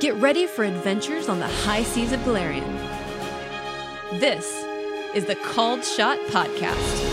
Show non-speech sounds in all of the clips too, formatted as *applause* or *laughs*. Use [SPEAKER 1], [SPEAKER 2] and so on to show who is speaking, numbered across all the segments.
[SPEAKER 1] Get ready for adventures on the high seas of Galarian. This is the Called Shot Podcast.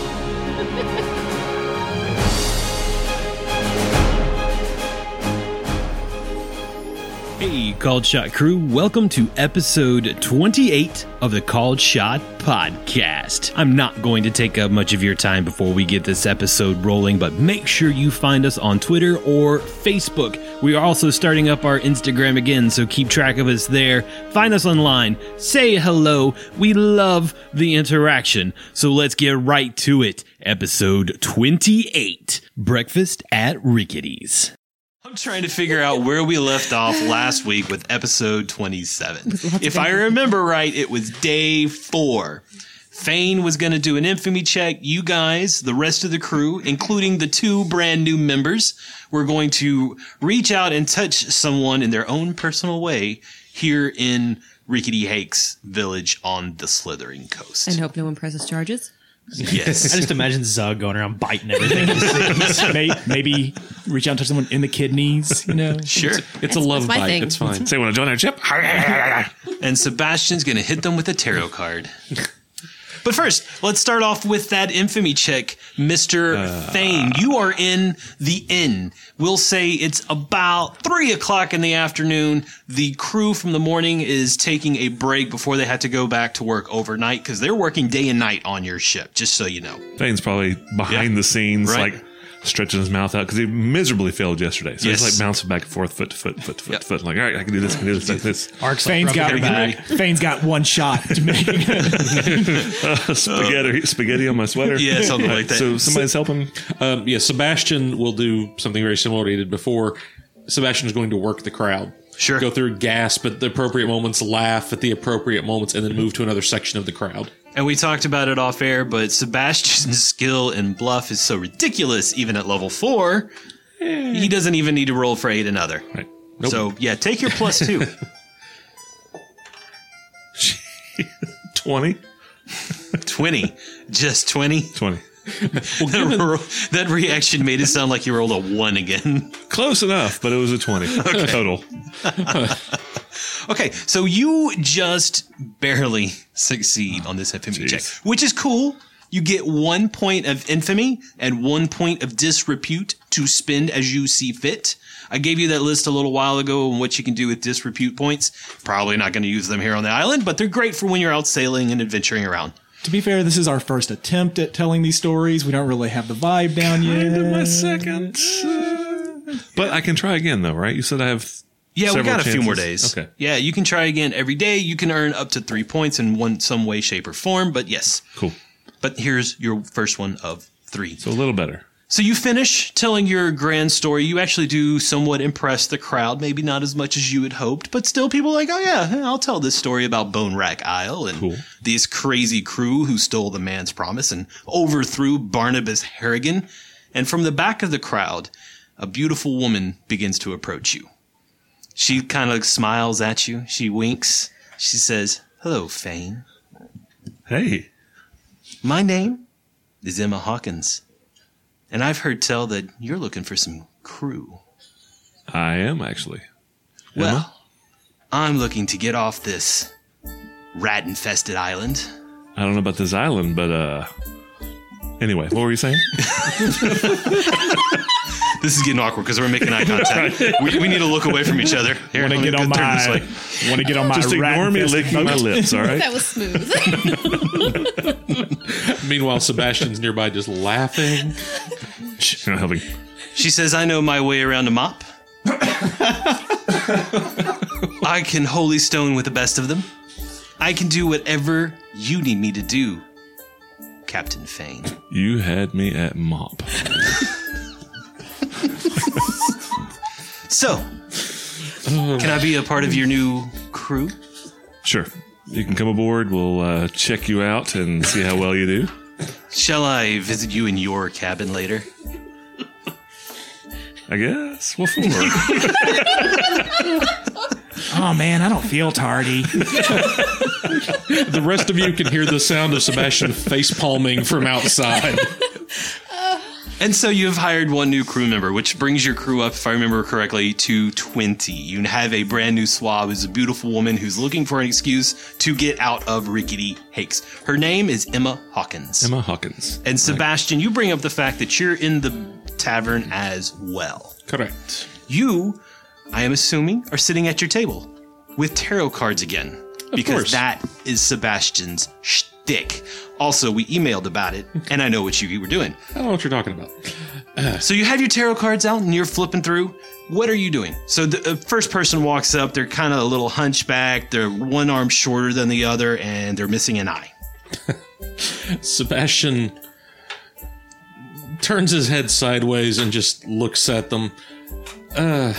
[SPEAKER 2] Hey, Called Shot crew, welcome to episode 28 of the Called Shot podcast. I'm not going to take up much of your time before we get this episode rolling, but make sure you find us on Twitter or Facebook. We are also starting up our Instagram again, so keep track of us there. Find us online, say hello. We love the interaction. So let's get right to it. Episode 28 Breakfast at Rickety's. I'm trying to figure out where we left off last week with episode 27. If I remember right, it was day four. Fane was going to do an infamy check. You guys, the rest of the crew, including the two brand new members, were going to reach out and touch someone in their own personal way here in Rickety Hake's village on the Slithering Coast.
[SPEAKER 1] And hope no one presses charges.
[SPEAKER 2] Yes.
[SPEAKER 3] I just imagine Zug going around biting everything.
[SPEAKER 4] *laughs* May, maybe reach out to someone in the kidneys, you
[SPEAKER 5] *laughs*
[SPEAKER 4] know?
[SPEAKER 2] sure.
[SPEAKER 5] It's a love
[SPEAKER 1] my
[SPEAKER 5] bite.
[SPEAKER 1] thing.
[SPEAKER 5] It's fine.
[SPEAKER 4] Say, want to join our ship?
[SPEAKER 2] and Sebastian's going to hit them with a tarot card. But first, let's start off with that infamy check, Mr. Thane. You are in the inn. We'll say it's about three o'clock in the afternoon. The crew from the morning is taking a break before they have to go back to work overnight because they're working day and night on your ship, just so you know.
[SPEAKER 5] Thane's probably behind
[SPEAKER 2] Yeah.
[SPEAKER 5] the scenes,
[SPEAKER 2] Right.
[SPEAKER 5] like stretching his mouth out because he miserably failed yesterday. So
[SPEAKER 2] Yes.
[SPEAKER 5] he's like bouncing back and forth, foot to foot, foot to foot,
[SPEAKER 2] Yep.
[SPEAKER 5] to foot. Like, all right, I can do this, I can do this, I can
[SPEAKER 2] *laughs*
[SPEAKER 5] do this.
[SPEAKER 3] Ark's like,
[SPEAKER 4] Fane's
[SPEAKER 3] rubbing
[SPEAKER 4] got,
[SPEAKER 3] their back.
[SPEAKER 4] Fane's got one shot to make
[SPEAKER 5] spaghetti, spaghetti on my sweater.
[SPEAKER 2] uh, Yeah, something like that.
[SPEAKER 5] So somebody's helping.
[SPEAKER 6] Um, yeah, Sebastian will do something very similar to what he did before. Sebastian is going to work the crowd.
[SPEAKER 2] Sure.
[SPEAKER 6] Go through, gasp at the appropriate moments, laugh at the appropriate moments, and then move to another section of the crowd.
[SPEAKER 2] And we talked about it off air, but Sebastian's *laughs* skill in bluff is so ridiculous, even at level four, he doesn't even need to roll for eight another.
[SPEAKER 5] Right.
[SPEAKER 2] So yeah, take your plus *laughs* two.
[SPEAKER 5] 20?
[SPEAKER 2] 20. Just 20.
[SPEAKER 5] 20.
[SPEAKER 2] That, ro- that reaction made it sound like you rolled a one again.
[SPEAKER 5] Close enough, but it was a 20 total.
[SPEAKER 2] *laughs* Okay, so you just barely succeed on this infamy check,
[SPEAKER 5] Jeez.
[SPEAKER 2] which is cool. You get one point of infamy and one point of disrepute to spend as you see fit. I gave you that list a little while ago on what you can do with disrepute points. Probably not going to use them here on the island, but they're great for when you're out sailing and adventuring around.
[SPEAKER 4] To be fair, this is our first attempt at telling these stories. We don't really have the vibe down
[SPEAKER 5] Into
[SPEAKER 4] yet.
[SPEAKER 5] my second. But I can try again, though, right? You said I have.
[SPEAKER 2] Yeah, we
[SPEAKER 5] several
[SPEAKER 2] got a few more
[SPEAKER 5] chances.
[SPEAKER 2] days.
[SPEAKER 5] Okay.
[SPEAKER 2] Yeah, you can try again every day. You can earn up to three points in one some way, shape, or form. But yes.
[SPEAKER 5] Cool.
[SPEAKER 2] But here's your first one of three.
[SPEAKER 5] So a little better.
[SPEAKER 2] So you finish telling your grand story. You actually do somewhat impress the crowd, maybe not as much as you had hoped, but still people are like, oh yeah, yeah, I'll tell this story about Bone Rack Isle and
[SPEAKER 5] Cool.
[SPEAKER 2] this crazy crew who stole the man's promise and overthrew Barnabas Harrigan. And from the back of the crowd, a beautiful woman begins to approach you. She kind of smiles at you. She winks. She says, hello, Fane.
[SPEAKER 5] Hey.
[SPEAKER 2] My name is Emma Hawkins, and I've heard tell that you're looking for some crew.
[SPEAKER 5] I am actually.
[SPEAKER 2] Well, I'm looking to get off this rat infested island.
[SPEAKER 5] I don't know about this island, but uh anyway, what were
[SPEAKER 2] *laughs*
[SPEAKER 5] you saying?
[SPEAKER 2] This is getting awkward because we're making eye contact. *laughs* we, we need to look away from each *laughs* other. Here,
[SPEAKER 4] Want
[SPEAKER 2] let
[SPEAKER 4] to
[SPEAKER 2] me
[SPEAKER 4] get on
[SPEAKER 2] go turn
[SPEAKER 4] my,
[SPEAKER 2] this way.
[SPEAKER 4] want to get on my
[SPEAKER 5] Just ignore
[SPEAKER 4] rat
[SPEAKER 5] me
[SPEAKER 4] infested
[SPEAKER 5] licking my
[SPEAKER 4] boat.
[SPEAKER 5] lips, all right?
[SPEAKER 7] That was
[SPEAKER 5] *laughs*
[SPEAKER 7] smooth.
[SPEAKER 6] Meanwhile, Sebastian's *laughs* nearby just laughing.
[SPEAKER 5] You're not helping.
[SPEAKER 2] She says, I know my way around a *laughs* mop. I can holy stone with the best of them. I can do whatever you need me to do, Captain Fane.
[SPEAKER 5] You had me at mop.
[SPEAKER 2] So, can I be a part of your new crew?
[SPEAKER 5] Sure. You can come aboard. We'll uh, check you out and see how well you do.
[SPEAKER 2] Shall I visit you in your cabin later?
[SPEAKER 5] I guess. What *laughs* for?
[SPEAKER 4] *laughs* Oh, man, I don't feel
[SPEAKER 5] *laughs*
[SPEAKER 4] tardy.
[SPEAKER 6] the rest of you can hear the sound of Sebastian face palming from outside.
[SPEAKER 2] And so you have hired one new crew member, which brings your crew up, if I remember correctly, to 20. You have a brand new swab who's a beautiful woman who's looking for an excuse to get out of Rickety Hakes. Her name is Emma Hawkins.
[SPEAKER 6] Emma Hawkins.
[SPEAKER 2] And Sebastian, you bring up the fact that you're in the tavern as well.
[SPEAKER 6] Correct.
[SPEAKER 2] You, I am assuming, are sitting at your table with tarot cards again. because
[SPEAKER 6] course.
[SPEAKER 2] that is Sebastian's shtick. Also, we emailed about it, and I know what you were doing.
[SPEAKER 6] I don't know what you're talking about.
[SPEAKER 2] So you have your tarot cards out and you're flipping through. What are you doing? So the uh, first person walks up. They're kind of a little hunchback. They're one arm shorter than the other, and they're missing an eye.
[SPEAKER 6] Sebastian turns his head sideways and just looks at them.
[SPEAKER 2] I'm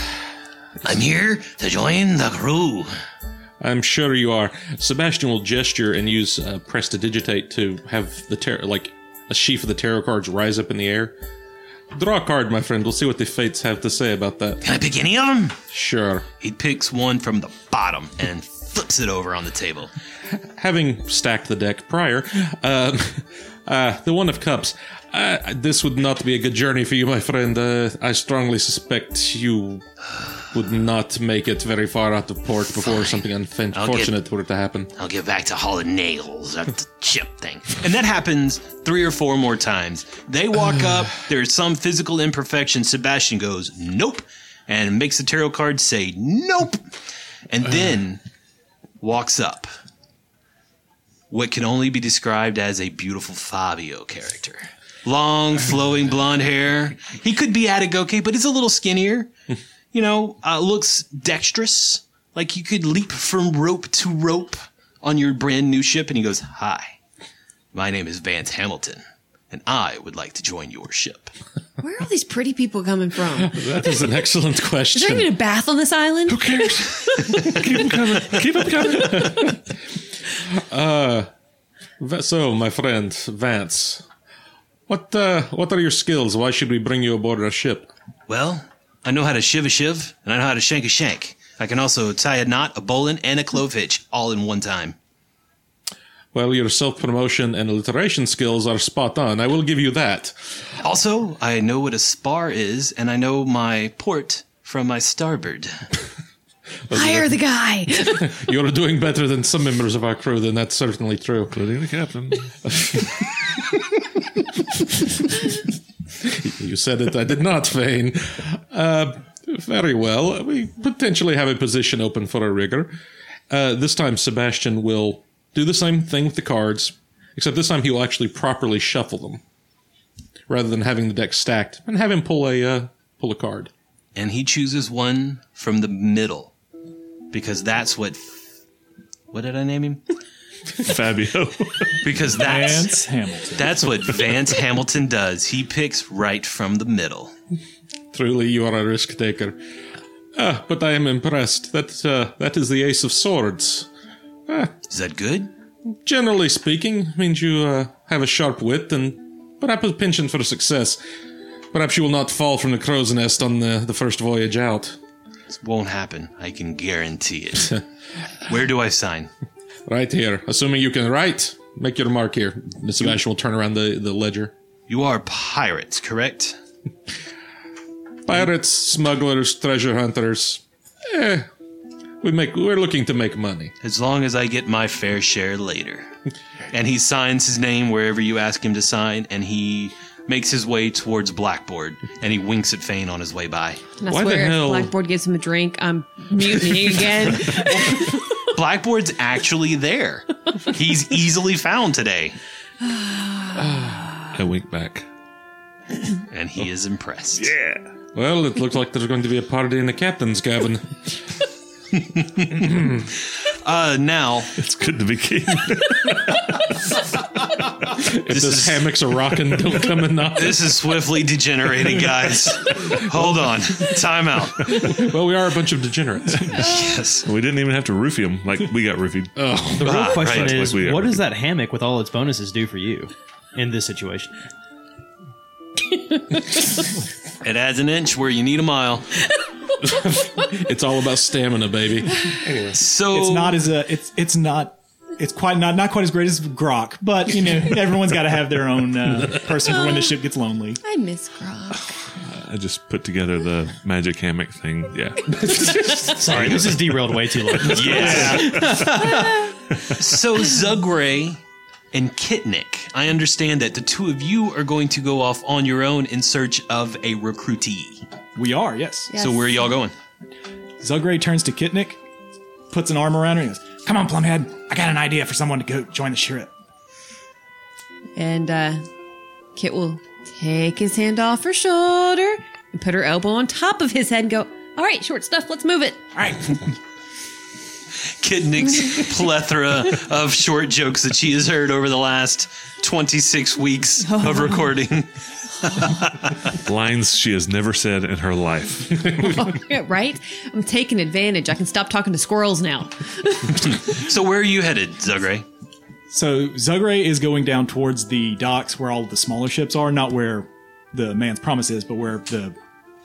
[SPEAKER 2] here to join the crew.
[SPEAKER 6] I'm sure you are. Sebastian will gesture and use uh, press to digitate to have the tar- like a sheaf of the tarot cards rise up in the air. Draw a card, my friend. We'll see what the fates have to say about that.
[SPEAKER 2] Can I pick any of them?
[SPEAKER 6] Sure.
[SPEAKER 2] He picks one from the bottom and flips it over on the table.
[SPEAKER 6] having stacked the deck prior, um, *laughs* uh, the One of Cups. Uh, this would not be a good journey for you, my friend. Uh, I strongly suspect you would not make it very far out of port before something unfortunate
[SPEAKER 2] get-
[SPEAKER 6] were to happen.
[SPEAKER 2] I'll get back to hauling nails at the chip thing. *laughs* And that happens three or four more times. They *sighs* walk up, there's some physical imperfection. Sebastian goes, nope, and makes the tarot card say, nope, *sighs* and then walks up. What can only be described as a beautiful Fabio character. Long, flowing blonde hair. He could be Atagoke, but he's a little skinnier you know, uh, looks dexterous. Like you could leap from rope to rope on your brand new ship. And he goes, Hi, my name is Vance Hamilton, and I would like to join your ship.
[SPEAKER 1] Where are all these pretty people coming
[SPEAKER 5] *laughs*
[SPEAKER 1] from? Is
[SPEAKER 6] That is an excellent question.
[SPEAKER 1] there even a bath on this island?
[SPEAKER 5] Who cares? Keep them coming. Keep them coming.
[SPEAKER 6] Va- Uh, So, my friend Vance, what uh, what are your skills? Why should we bring you aboard our ship?
[SPEAKER 2] Well, I know how to shiv a shiv, and I know how to shank a shank. I can also tie a knot, a bowline, and a clove hitch all in one time.
[SPEAKER 6] Well, your self promotion and alliteration skills are spot on. I will give you that.
[SPEAKER 2] Also, I know what a spar is, and I know my port from my starboard.
[SPEAKER 1] Hire the
[SPEAKER 5] *laughs*
[SPEAKER 1] guy.
[SPEAKER 6] You're doing better than some members of our crew, then that's certainly true.
[SPEAKER 5] Including the captain.
[SPEAKER 6] *laughs* You said it, I did not, Vane. Uh, very well. We potentially have a position open for a rigger. Uh, this time, Sebastian will do the same thing with the cards, except this time he will actually properly shuffle them rather than having the deck stacked and have him pull a uh, pull a card.
[SPEAKER 2] and he chooses one from the middle because that's what what did I name him?
[SPEAKER 5] *laughs* Fabio.
[SPEAKER 2] Because that's
[SPEAKER 4] Vance Hamilton.
[SPEAKER 2] that's what Vance Hamilton does. He picks right from the middle.
[SPEAKER 6] Truly, you are a risk taker. Ah, but I am impressed. That uh, that is the Ace of Swords.
[SPEAKER 2] Is that good?
[SPEAKER 6] generally speaking, means you uh, have a sharp wit and perhaps a penchant for success. Perhaps you will not fall from the crow's nest on the, the first voyage out.
[SPEAKER 2] This won't happen. I can guarantee it. Where do I sign?
[SPEAKER 6] Right here, assuming you can write, make your mark here. Miss Sebastian will turn around the, the ledger.
[SPEAKER 2] You are pirates, correct?
[SPEAKER 6] Pirates, smugglers, treasure hunters. Eh, we make we're looking to make money.
[SPEAKER 2] As long as I get my fair share later. And he signs his name wherever you ask him to sign, and he makes his way towards Blackboard, and he winks at Fane on his way by.
[SPEAKER 1] And I
[SPEAKER 6] Why the
[SPEAKER 1] swear,
[SPEAKER 6] hell-
[SPEAKER 1] if Blackboard gives him a drink,
[SPEAKER 8] Um,
[SPEAKER 1] I'm mutinying again.
[SPEAKER 2] Blackboard's actually there. He's easily found today.
[SPEAKER 5] I wink back.
[SPEAKER 2] And he is impressed.
[SPEAKER 6] Well, it looks like there's going to be a party in the captain's cabin.
[SPEAKER 2] Uh, now,
[SPEAKER 5] It's good to be *laughs* king.
[SPEAKER 6] if those hammocks are *laughs* rocking, don't come and knock.
[SPEAKER 2] this is swiftly degenerating, guys. Hold on. Time out.
[SPEAKER 6] Well, we are a bunch of *laughs* degenerates.
[SPEAKER 2] Yes.
[SPEAKER 5] we didn't even have to roofie him. Like, we got roofied.
[SPEAKER 9] The real
[SPEAKER 2] Ah,
[SPEAKER 9] question
[SPEAKER 2] right.
[SPEAKER 9] is,
[SPEAKER 5] Like we are.
[SPEAKER 9] what does that hammock with all its bonuses do for you in
[SPEAKER 5] *laughs*
[SPEAKER 9] this situation?
[SPEAKER 2] It adds an inch where you need a mile.
[SPEAKER 6] It's all about stamina, baby.
[SPEAKER 2] So
[SPEAKER 4] It's not as a. It's it's not it's quite not not quite as great as Grok, but you know everyone's got to have their own uh, person for when the ship gets lonely.
[SPEAKER 8] I miss Grok.
[SPEAKER 5] I just put together the magic hammock thing. Yeah.
[SPEAKER 9] Sorry, this is derailed way too long.
[SPEAKER 5] *laughs*
[SPEAKER 10] Yeah.
[SPEAKER 2] So Zugray and Kitnik, I understand that the two of you are going to go off on your own in search of a recruitee.
[SPEAKER 4] We are yes.
[SPEAKER 8] Yes.
[SPEAKER 2] So where are y'all going?
[SPEAKER 4] Zugray turns to Kitnik, puts an arm around her, and goes, "Come on, Plumhead, I got an idea for someone to go join the ship."
[SPEAKER 8] And uh, Kit will take his hand off her shoulder and put her elbow on top of his head and go, All right, short stuff, let's move it.
[SPEAKER 4] All right,
[SPEAKER 2] *laughs* Kitnik's plethora of short jokes that she has heard over the last 26 weeks
[SPEAKER 4] Oh.
[SPEAKER 2] of recording.
[SPEAKER 5] Lines she has never said in her life.
[SPEAKER 8] Yeah, right? I'm taking advantage. I can stop talking to squirrels now.
[SPEAKER 2] So where are you headed, Zugray?
[SPEAKER 4] so Zugray is going down towards the docks where all of the smaller ships are, not where the man's promise is, but where the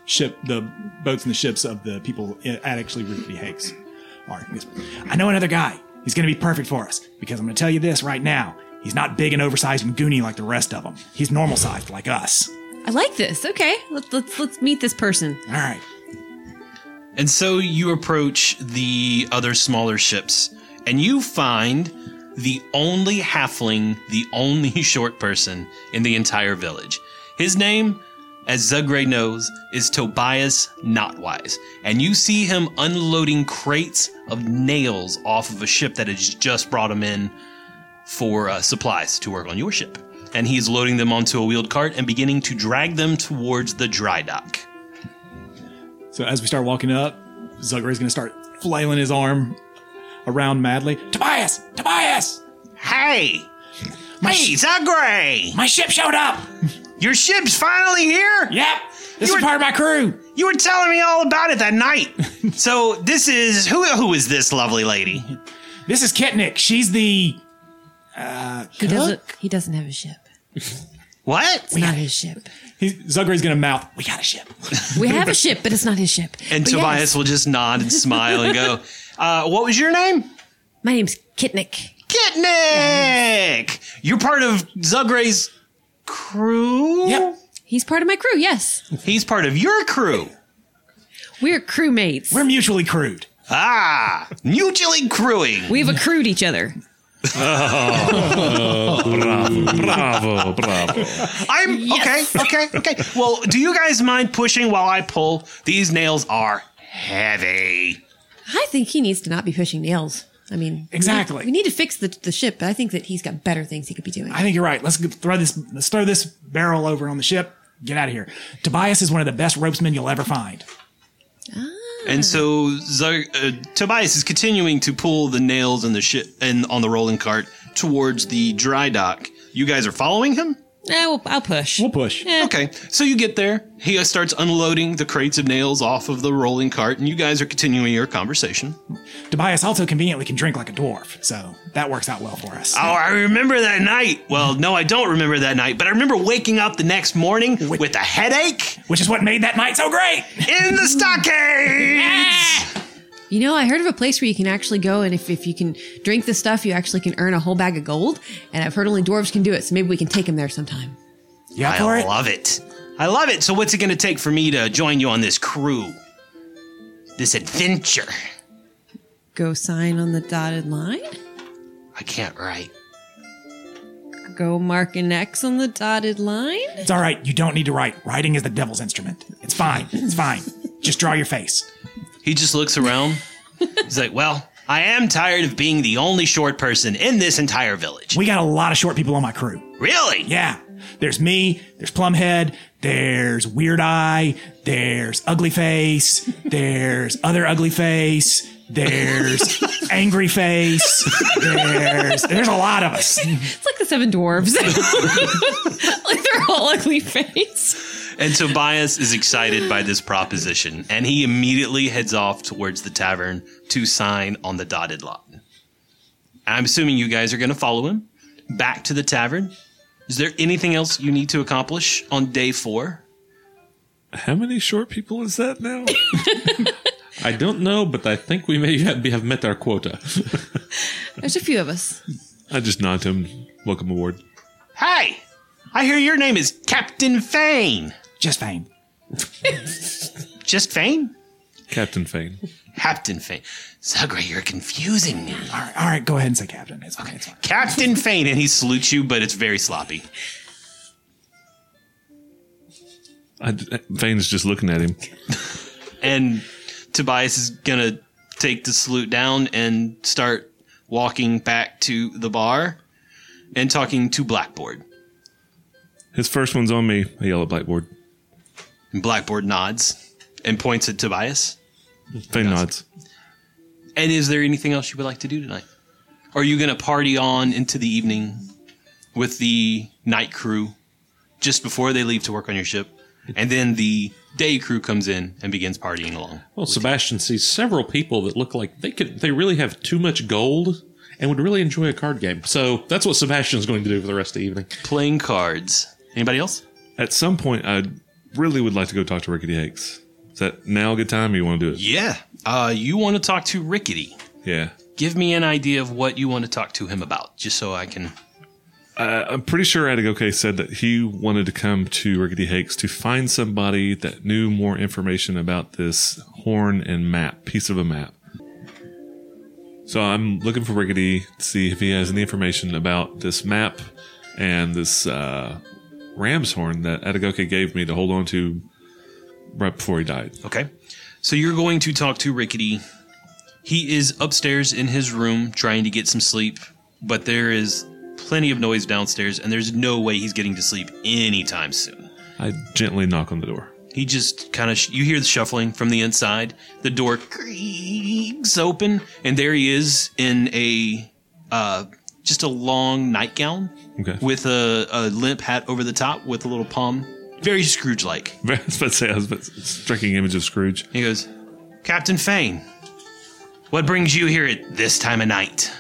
[SPEAKER 4] ship, the boats and the ships of the people at actually Ruby Hakes are. He goes, I know another guy. He's going to be perfect for us because I'm going to tell you this right now. He's not big and oversized and goony like the rest of them. He's normal sized like us.
[SPEAKER 8] I like this. Okay, let's let's let's meet this person.
[SPEAKER 4] All right.
[SPEAKER 2] And so you approach the other smaller ships, and you find the only halfling, the only *laughs* short person in the entire village. His name, as Zugray knows, is Tobias Knotwise, and you see him unloading crates of nails off of a ship that has just brought him in for uh, supplies to work on your ship. And he's loading them onto a wheeled cart and beginning to drag them towards the dry dock.
[SPEAKER 4] So as we start walking up, Zugray's going to start flailing his arm around madly. Tobias! Tobias!
[SPEAKER 2] Hey! Hey, Zugray!
[SPEAKER 4] My ship showed up!
[SPEAKER 2] Your ship's finally here?
[SPEAKER 4] Yep! This
[SPEAKER 2] You
[SPEAKER 4] is
[SPEAKER 2] were-
[SPEAKER 4] part of my crew!
[SPEAKER 2] You were telling me all about it that *laughs* night. so this is who who is this lovely lady?
[SPEAKER 4] This is Kitnik. She's the.
[SPEAKER 8] He doesn't he doesn't have a ship.
[SPEAKER 2] What?
[SPEAKER 8] It's not his ship.
[SPEAKER 4] He's, Zugray's going to mouth, We got a ship.
[SPEAKER 8] We have a ship, but it's not his ship.
[SPEAKER 2] And
[SPEAKER 8] But
[SPEAKER 2] Tobias
[SPEAKER 8] yes,
[SPEAKER 2] will just nod and smile and *laughs* go, uh, what was your name?
[SPEAKER 8] my name's Kitnik.
[SPEAKER 2] Kitnik! You're part of Zugray's crew?
[SPEAKER 4] Yep.
[SPEAKER 8] He's part of my crew. Yes,
[SPEAKER 2] He's part of your crew.
[SPEAKER 8] we're crewmates.
[SPEAKER 4] We're mutually crewed.
[SPEAKER 2] Ah, mutually crewing.
[SPEAKER 8] we have accrued each other.
[SPEAKER 5] *laughs* bravo, bravo, bravo. *laughs*
[SPEAKER 2] I'm okay, okay, okay. Well, do you guys mind pushing while I pull? These nails are heavy.
[SPEAKER 8] I think he needs to not be pushing nails. I mean,
[SPEAKER 4] Exactly.
[SPEAKER 8] We need, we need to fix the, the ship, but I think that he's got better things he could be doing.
[SPEAKER 4] I think you're right. Let's g- throw this. Let's throw this barrel over on the ship. Get out of here. Tobias is one of the best ropesmen you'll ever find.
[SPEAKER 2] And so Zar- uh, Tobias is continuing to pull the nails and the shit and on the rolling cart towards the dry dock. You guys are following him?
[SPEAKER 8] Eh, we'll- I'll push. We'll
[SPEAKER 4] push.
[SPEAKER 2] Okay. So you get there. He uh, starts unloading the crates of nails off of the rolling cart, and you guys are continuing your conversation.
[SPEAKER 4] Tobias also conveniently can drink like a dwarf, so that works out well for us.
[SPEAKER 2] Oh, I remember that night. Well, no, I don't remember that night, but I remember waking up the next morning with a headache
[SPEAKER 4] Which is what made that night so great.
[SPEAKER 2] in *laughs* the stockade.
[SPEAKER 8] You know, I heard of a place where you can actually go, and if, if you can drink the stuff, you actually can earn a whole bag of gold. And I've heard only dwarves can do it, so maybe we can take him there sometime.
[SPEAKER 4] Yeah,
[SPEAKER 2] I
[SPEAKER 4] for it.
[SPEAKER 2] love it. I love it. So, what's it going to take for me to join you on this crew? This adventure?
[SPEAKER 8] Go sign on the dotted line.
[SPEAKER 2] I can't write.
[SPEAKER 8] Go mark an X on the dotted line.
[SPEAKER 4] It's all right. You don't need to write. Writing is the devil's instrument. It's fine. It's fine. Just draw your face.
[SPEAKER 2] He just looks around. *laughs* He's like, well, I am tired of being the only short person in this entire village.
[SPEAKER 4] We got a lot of short people on my crew.
[SPEAKER 2] Really?
[SPEAKER 4] Yeah. There's me, there's Plumhead, there's Weird Eye, there's Ugly Face, there's Other Ugly Face, there's Angry Face, there's there's a lot of us.
[SPEAKER 8] It's like the seven dwarves. *laughs* like they're all ugly face.
[SPEAKER 2] And Tobias is excited by this proposition, and he immediately heads off towards the tavern to sign on the dotted line. I'm assuming you guys are going to follow him back to the tavern. Is there anything else you need to accomplish on day four?
[SPEAKER 5] How many short people is that now? *laughs*
[SPEAKER 6] I don't know, but I think we may have, have met our quota.
[SPEAKER 8] There's a few of us.
[SPEAKER 5] I just nod to him. Welcome aboard.
[SPEAKER 2] Hey, I hear your name is Captain Fane.
[SPEAKER 4] Just fine.
[SPEAKER 2] Just Fane?
[SPEAKER 5] Captain Fane.
[SPEAKER 2] Captain Fane. Zagra, you're confusing me.
[SPEAKER 4] All right, all right, go ahead and say captain. It's okay. It's fine.
[SPEAKER 2] Captain Fane, and he salutes you, but it's very sloppy.
[SPEAKER 5] I, Fane's just looking at him.
[SPEAKER 2] And Tobias is gonna take the salute down and start walking back to the bar and talking to Blackboard.
[SPEAKER 5] His first one's on me. I yell at Blackboard.
[SPEAKER 2] And Blackboard nods and points at Tobias.
[SPEAKER 5] Fane nods.
[SPEAKER 2] And is there anything else you would like to do tonight? Are you gonna party on into the evening with the night crew just before they leave to work on your ship? And then the day crew comes in and begins partying along.
[SPEAKER 6] Well, Sebastian sees several people that look like they could they really have too much gold and would really enjoy a card game. So that's what Sebastian's going to do for the rest of the evening.
[SPEAKER 2] Playing cards. Anybody else?
[SPEAKER 5] At some point, I really would like to go talk to Rickety Hicks. Is that now a good time or you want to do it?
[SPEAKER 2] Yeah. Uh, you want to talk to Rickety.
[SPEAKER 5] Yeah.
[SPEAKER 2] Give me an idea of what you want to talk to him about, just so I can.
[SPEAKER 5] I- I'm pretty sure Attic OK said that he wanted to come to Rickety Hakes to find somebody that knew more information about this horn and map, piece of a map. So I'm looking for Rickety to see if he has any information about this map and this uh, ram's horn that Atagoke gave me to hold on to right before he died.
[SPEAKER 2] Okay. So you're going to talk to Rickety. He is upstairs in his room trying to get some sleep, but there is plenty of noise downstairs, and there's no way he's getting to sleep anytime soon.
[SPEAKER 5] I gently knock on the door. *laughs*
[SPEAKER 2] He just kind of, sh- you hear the shuffling from the inside. The door creaks open, and there he is in a, uh, just a long nightgown
[SPEAKER 5] Okay.
[SPEAKER 2] with a, a limp hat over the top with a little palm. Very Scrooge like.
[SPEAKER 5] I was about to say, I was about to- striking image of Scrooge.
[SPEAKER 2] He goes, Captain Fane, what brings you here at this time of night?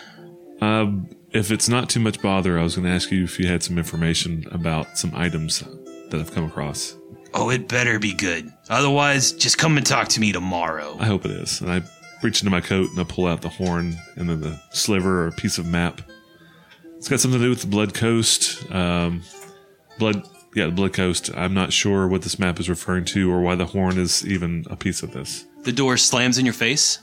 [SPEAKER 5] If it's not too much bother, I was going to ask you if you had some information about some items that I've come across.
[SPEAKER 2] Oh, it better be good. Otherwise, just come and talk to me tomorrow.
[SPEAKER 5] I hope it is. And I reach into my coat and I pull out the horn and then the sliver or piece of map. It's got something to do with the Blood Coast. Um, blood, yeah, the Blood Coast. I'm not sure what this map is referring to or why the horn is even a piece of this.
[SPEAKER 2] The door slams in your face.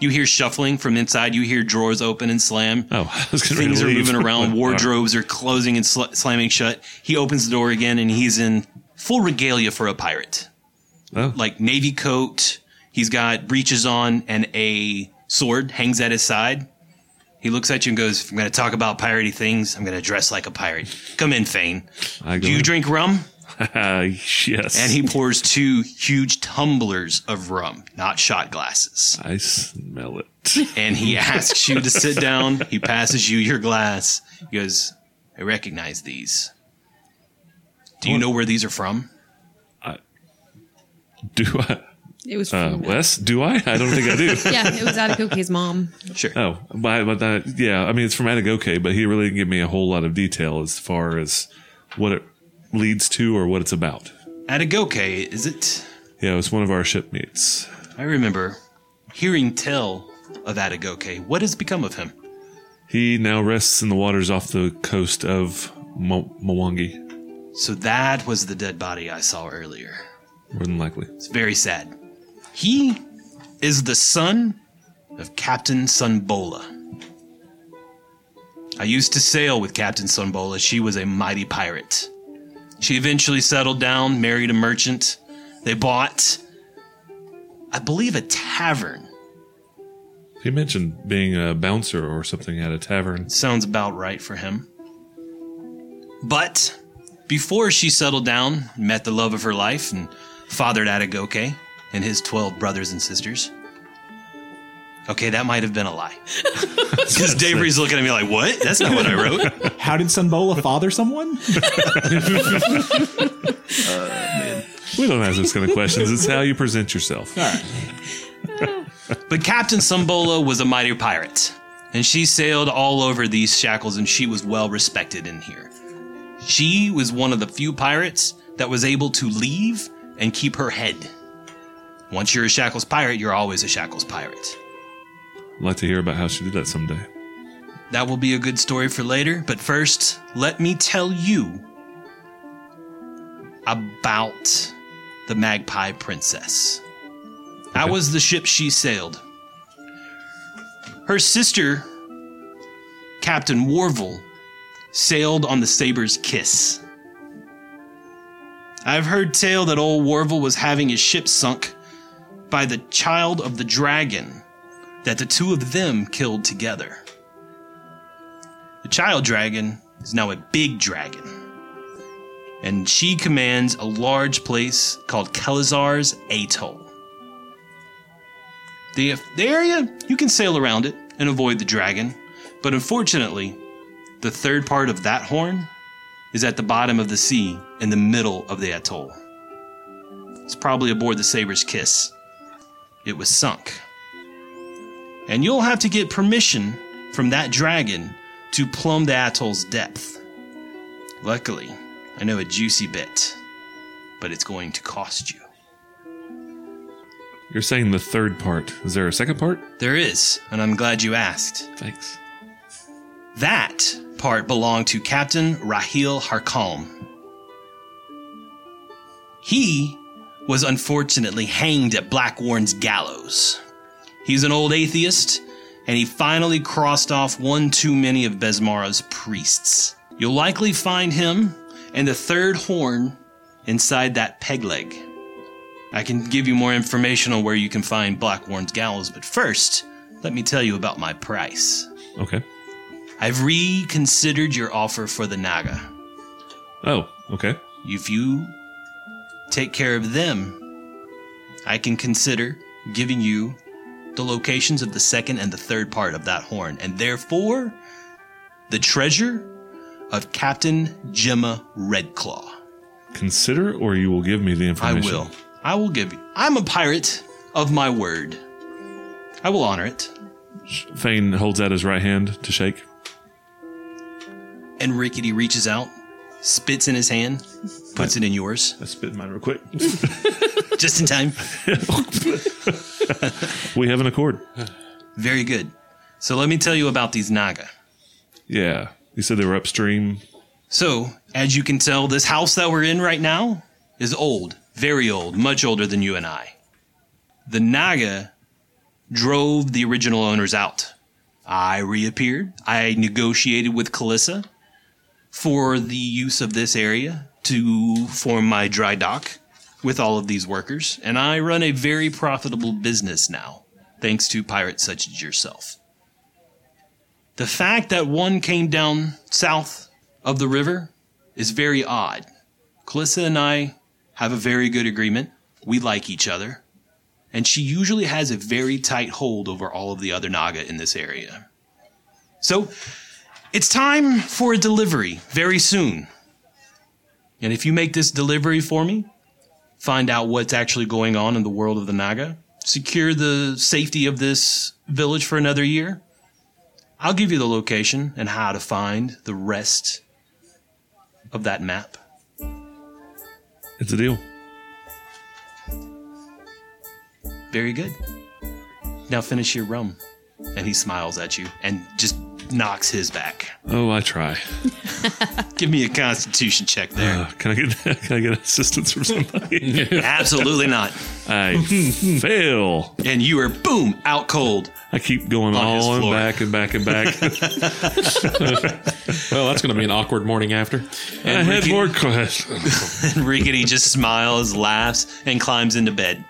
[SPEAKER 2] You hear shuffling from inside. You hear drawers open and slam.
[SPEAKER 5] Oh, *laughs* I was getting ready
[SPEAKER 2] Things
[SPEAKER 5] to
[SPEAKER 2] are
[SPEAKER 5] leave.
[SPEAKER 2] moving around.
[SPEAKER 5] *laughs* Wow.
[SPEAKER 2] Wardrobes are closing and sl- slamming shut. He opens the door again, and he's in full regalia for a pirate.
[SPEAKER 5] Oh.
[SPEAKER 2] Like navy coat. He's got breeches on, and a sword hangs at his side. He looks at you and goes, "If I'm going to talk about piratey things, I'm going to dress like a pirate. Come in, Fane.
[SPEAKER 5] I go
[SPEAKER 2] Do you
[SPEAKER 5] in.
[SPEAKER 2] drink rum?"
[SPEAKER 5] Ah, yes.
[SPEAKER 2] And he pours two huge tumblers of rum, not shot glasses.
[SPEAKER 5] I smell it. *laughs*
[SPEAKER 2] and he asks you to sit down. He passes you your glass. He goes, I recognize these. Do you know where these are from?
[SPEAKER 5] Do I?
[SPEAKER 8] It was
[SPEAKER 5] Uh,
[SPEAKER 8] from-
[SPEAKER 5] Wes, do I? I don't think I do.
[SPEAKER 8] yeah, it was Adakoke's mom.
[SPEAKER 5] Oh, but, but that, yeah, I mean, it's from Atagoke, but he really didn't give me a whole lot of detail as far as what it leads to or what it's about.
[SPEAKER 2] Atagoke, is it?
[SPEAKER 5] Yeah, it was one of our shipmates.
[SPEAKER 2] I remember hearing tell of Atagoke. What has become of him?
[SPEAKER 5] He now rests in the waters off the coast of Mo- Mwangi,
[SPEAKER 2] So that was the dead body I saw earlier.
[SPEAKER 5] more than likely.
[SPEAKER 2] It's very sad. He is the son of Captain Sunbola. I used to sail with Captain Sunbola. She was a mighty pirate. She eventually settled down, married a merchant. They bought, I believe, a tavern.
[SPEAKER 5] He mentioned being a bouncer or something at a tavern.
[SPEAKER 2] Sounds about right for him. But before she settled down, met the love of her life, and fathered Atagoke and his 12 brothers and sisters. Okay, that might have been a lie. *laughs* Because Davery's looking at me like, what? That's not what I wrote.
[SPEAKER 4] How did Sunbola father someone?
[SPEAKER 5] We don't ask those kind of questions. It's how you present yourself.
[SPEAKER 2] But Captain Sumbola was a mighty pirate, and she sailed all over these shackles, and she was well respected in here. She was one of the few pirates that was able to leave and keep her head. Once you're a shackles pirate, you're always a shackles pirate.
[SPEAKER 5] I'd like to hear about how she did that someday.
[SPEAKER 2] That will be a good story for later, but first, let me tell you about the Magpie Princess. I was the ship she sailed. Her sister, Captain Warvel, sailed on the Saber's Kiss. I've heard tale that old Warvel was having his ship sunk by the child of the dragon that the two of them killed together. The child dragon is now a big dragon, and she commands a large place called Kelazar's Atoll. The, the area, you can sail around it and avoid the dragon, but unfortunately, the third part of that horn is at the bottom of the sea in the middle of the atoll. It's probably aboard the Saber's Kiss. It was sunk. And you'll have to get permission from that dragon to plumb the atoll's depth. Luckily, I know a juicy bit, but it's going to cost you.
[SPEAKER 5] You're saying the third part. Is there a second part?
[SPEAKER 2] There is, and I'm glad you asked.
[SPEAKER 5] Thanks.
[SPEAKER 2] That part belonged to Captain Rahil Harkalm. He was unfortunately hanged at Blackwarn's gallows. He's an old atheist, and he finally crossed off one too many of Besmara's priests. You'll likely find him and the third horn inside that peg leg. I can give you more information on where you can find Blackwarn's gallows, but first, let me tell you about my price.
[SPEAKER 5] Okay.
[SPEAKER 2] I've reconsidered your offer for the Naga.
[SPEAKER 5] Oh, okay.
[SPEAKER 2] If you take care of them, I can consider giving you the locations of the second and the third part of that horn, and therefore the treasure of Captain Gemma Redclaw.
[SPEAKER 5] Consider or you will give me the
[SPEAKER 2] I
[SPEAKER 5] information.
[SPEAKER 2] will. I will give you. I'm a pirate of my word. I will honor it.
[SPEAKER 5] Thane holds out his right hand to shake.
[SPEAKER 2] And Rickety reaches out, spits in his hand, puts it in yours,
[SPEAKER 5] I spit mine real quick.
[SPEAKER 2] just in time.
[SPEAKER 5] *laughs* we have an accord.
[SPEAKER 2] Very good. So let me tell you about these Naga.
[SPEAKER 5] Yeah. You said they were upstream.
[SPEAKER 2] So, as you can tell, this house that we're in right now is old, very old, much older than you and I. The Naga drove the original owners out. I reappeared. I negotiated with Kalissa for the use of this area to form my dry dock with all of these workers, and I run a very profitable business now, thanks to pirates such as yourself. The fact that one came down south of the river is very odd. Calissa and I have a very good agreement. We like each other. And she usually has a very tight hold over all of the other Naga in this area. So it's time for a delivery very soon. And if you make this delivery for me, find out what's actually going on in the world of the Naga, secure the safety of this village for another year, I'll give you the location and how to find the rest of that map.
[SPEAKER 5] It's a deal.
[SPEAKER 2] Very good. Now finish your rum. And he smiles at you and just knocks his back.
[SPEAKER 5] Oh, I try.
[SPEAKER 2] Give me a constitution check
[SPEAKER 5] *laughs*
[SPEAKER 2] there.
[SPEAKER 5] Uh, can I get can I get assistance from
[SPEAKER 6] *laughs*
[SPEAKER 5] somebody?
[SPEAKER 2] Absolutely not.
[SPEAKER 5] I fail.
[SPEAKER 2] And you are, boom, out cold.
[SPEAKER 5] I keep going
[SPEAKER 2] On his
[SPEAKER 5] all and
[SPEAKER 2] floor.
[SPEAKER 5] back and back and
[SPEAKER 6] *laughs*
[SPEAKER 5] back.
[SPEAKER 6] Well, Oh, that's going to be an awkward morning after.
[SPEAKER 5] I had
[SPEAKER 2] Ricky-
[SPEAKER 5] more questions.
[SPEAKER 2] And Rickety just smiles, laughs, and climbs into bed.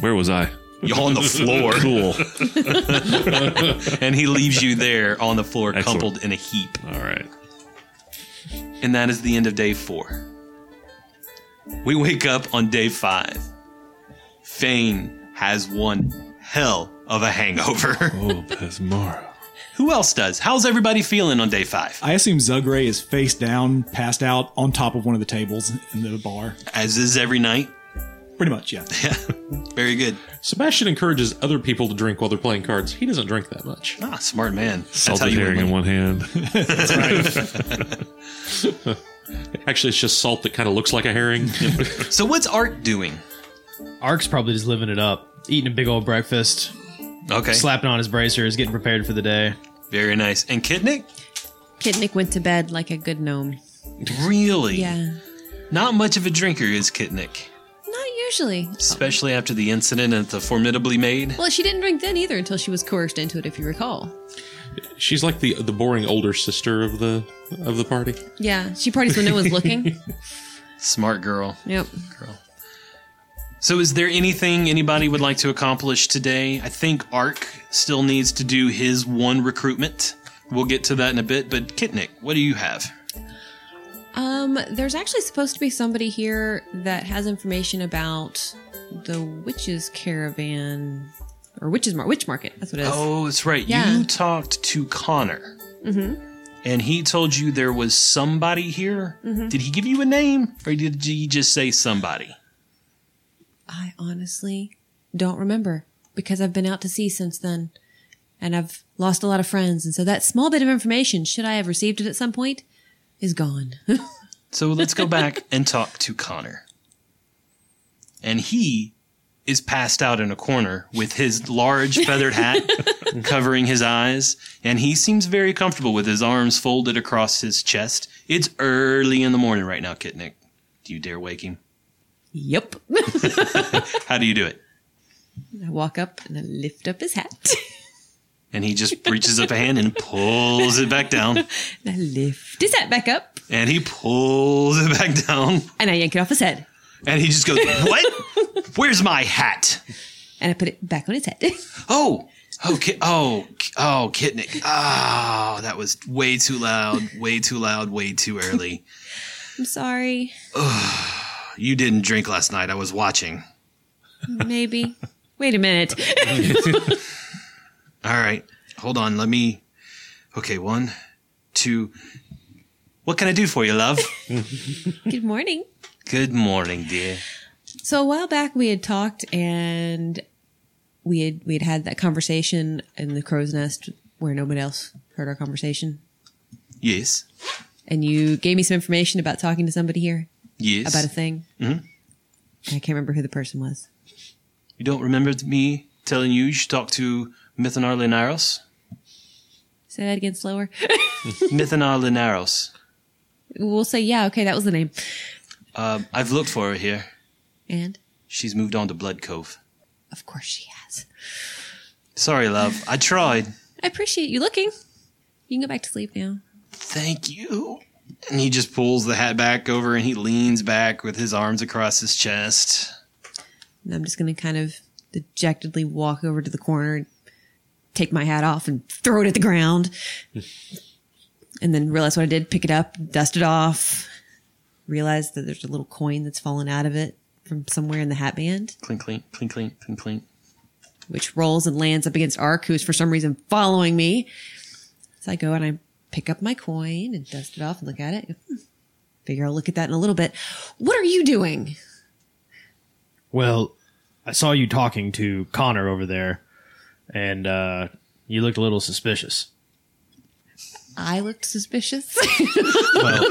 [SPEAKER 5] Where was I?
[SPEAKER 2] You're on the floor.
[SPEAKER 5] *laughs*
[SPEAKER 6] *laughs*
[SPEAKER 5] Cool.
[SPEAKER 2] and he leaves you there on the floor,
[SPEAKER 5] Excellent.
[SPEAKER 2] crumpled in a heap.
[SPEAKER 5] All right.
[SPEAKER 2] And that is the end of day four. We wake up on day five. Fane has one hell of a hangover. *laughs*
[SPEAKER 5] Oh, Pesmara.
[SPEAKER 2] Who else does? How's everybody feeling on day five?
[SPEAKER 4] I assume Zugray is face down, passed out on top of one of the tables in the bar.
[SPEAKER 2] As is every night.
[SPEAKER 4] Pretty much, yeah.
[SPEAKER 2] Very good.
[SPEAKER 6] Sebastian encourages other people to drink while they're playing cards. He doesn't drink that much.
[SPEAKER 2] Ah, smart man. That's how
[SPEAKER 5] Salted
[SPEAKER 2] you win
[SPEAKER 5] herring in
[SPEAKER 2] money.
[SPEAKER 5] one hand.
[SPEAKER 6] Actually, it's just salt that kind of looks like a herring.
[SPEAKER 2] So what's Art doing?
[SPEAKER 9] Ark's probably just living it up, eating a big old breakfast,
[SPEAKER 2] Okay.
[SPEAKER 9] slapping on his bracers, getting prepared for the day.
[SPEAKER 2] Very nice. And Kidnick?
[SPEAKER 8] Kitnik went to bed like a good gnome.
[SPEAKER 2] Really?
[SPEAKER 8] Yeah.
[SPEAKER 2] Not much of a drinker is Kitnick,
[SPEAKER 8] Not usually.
[SPEAKER 2] especially after the incident at the Formidably Maid.
[SPEAKER 8] Well, she didn't drink then either until she was coerced into it, if you recall.
[SPEAKER 6] She's like the the boring older sister of the of the party.
[SPEAKER 8] Yeah, she parties when no one's *laughs* looking.
[SPEAKER 2] Smart girl.
[SPEAKER 8] yep.
[SPEAKER 2] girl. So, is there anything anybody would like to accomplish today? I think Ark still needs to do his one recruitment. We'll get to that in a bit. But Kitnick, what do you have?
[SPEAKER 8] Um, there's actually supposed to be somebody here that has information about the witches caravan or witches mar- witch market. That's what it is.
[SPEAKER 2] Oh, that's right.
[SPEAKER 8] Yeah.
[SPEAKER 2] You talked to Connor, and he told you there was somebody here. Did he give you a name, or did he just say somebody?
[SPEAKER 8] I honestly don't remember because I've been out to sea since then, and I've lost a lot of friends, and so that small bit of information, should I have received it at some point, is gone. *laughs*
[SPEAKER 2] So let's go back and talk to Connor. And he is passed out in a corner with his large feathered hat covering his eyes. And he seems very comfortable with his arms folded across his chest. It's early in the morning right now, Kitnick. Do you dare wake him?
[SPEAKER 8] yep. *laughs*
[SPEAKER 2] How do you do it?
[SPEAKER 8] I walk up and I lift up his hat. *laughs*
[SPEAKER 2] And he just reaches up a hand and pulls it back down.
[SPEAKER 8] and I lift his hat back up
[SPEAKER 2] And he pulls it back down.
[SPEAKER 8] and I yank it off his head.
[SPEAKER 2] And he just goes, What? Where's my hat?
[SPEAKER 8] And I put it back on his head. *laughs*
[SPEAKER 2] Oh, oh, ki- oh, ki- oh, Kitnick. Oh, that was way too loud, way too loud, way too early.
[SPEAKER 8] I'm sorry.
[SPEAKER 2] You didn't drink last night. I was watching.
[SPEAKER 8] Maybe. Wait a minute. *laughs*
[SPEAKER 2] All right, hold on. Let me. Okay, one, two. What can I do for you, love?
[SPEAKER 8] Good morning.
[SPEAKER 2] *laughs* Good morning, dear.
[SPEAKER 8] So a while back we had talked and we had we had had that conversation in the crow's nest where nobody else heard our conversation.
[SPEAKER 2] Yes,
[SPEAKER 8] And you gave me some information about talking to somebody here
[SPEAKER 2] yes.
[SPEAKER 8] about a thing. I can't remember who the person was.
[SPEAKER 2] you don't remember me telling you you should talk to Mythanar
[SPEAKER 8] *laughs*
[SPEAKER 2] Linaros?
[SPEAKER 8] Say that again slower. *laughs*
[SPEAKER 2] Mythanar Linaros.
[SPEAKER 8] we'll say yeah, okay, that was the name.
[SPEAKER 2] Uh, I've looked for her here.
[SPEAKER 8] And
[SPEAKER 2] She's moved on to Blood Cove.
[SPEAKER 8] of course she has.
[SPEAKER 2] Sorry, love. I tried.
[SPEAKER 8] I appreciate you looking. You can go back to sleep now.
[SPEAKER 2] thank you. And he just pulls the hat back over and he leans back with his arms across his chest.
[SPEAKER 8] And I'm just going to kind of dejectedly walk over to the corner, take my hat off and throw it at the *laughs* ground. and then realize what I did, pick it up, dust it off, realize that there's a little coin that's fallen out of it from somewhere in the hat band,
[SPEAKER 2] Clink, clink, clink, clink, clink, clink.
[SPEAKER 8] which rolls and lands up against Ark, who's for some reason following me. So I go and I pick up my coin and dust it off and look at it. Hmm. Figure I'll look at that in a little bit. What are you doing?
[SPEAKER 9] Well, I saw you talking to Connor over there, and uh, you looked a little suspicious.
[SPEAKER 8] I looked suspicious. *laughs*
[SPEAKER 9] Well,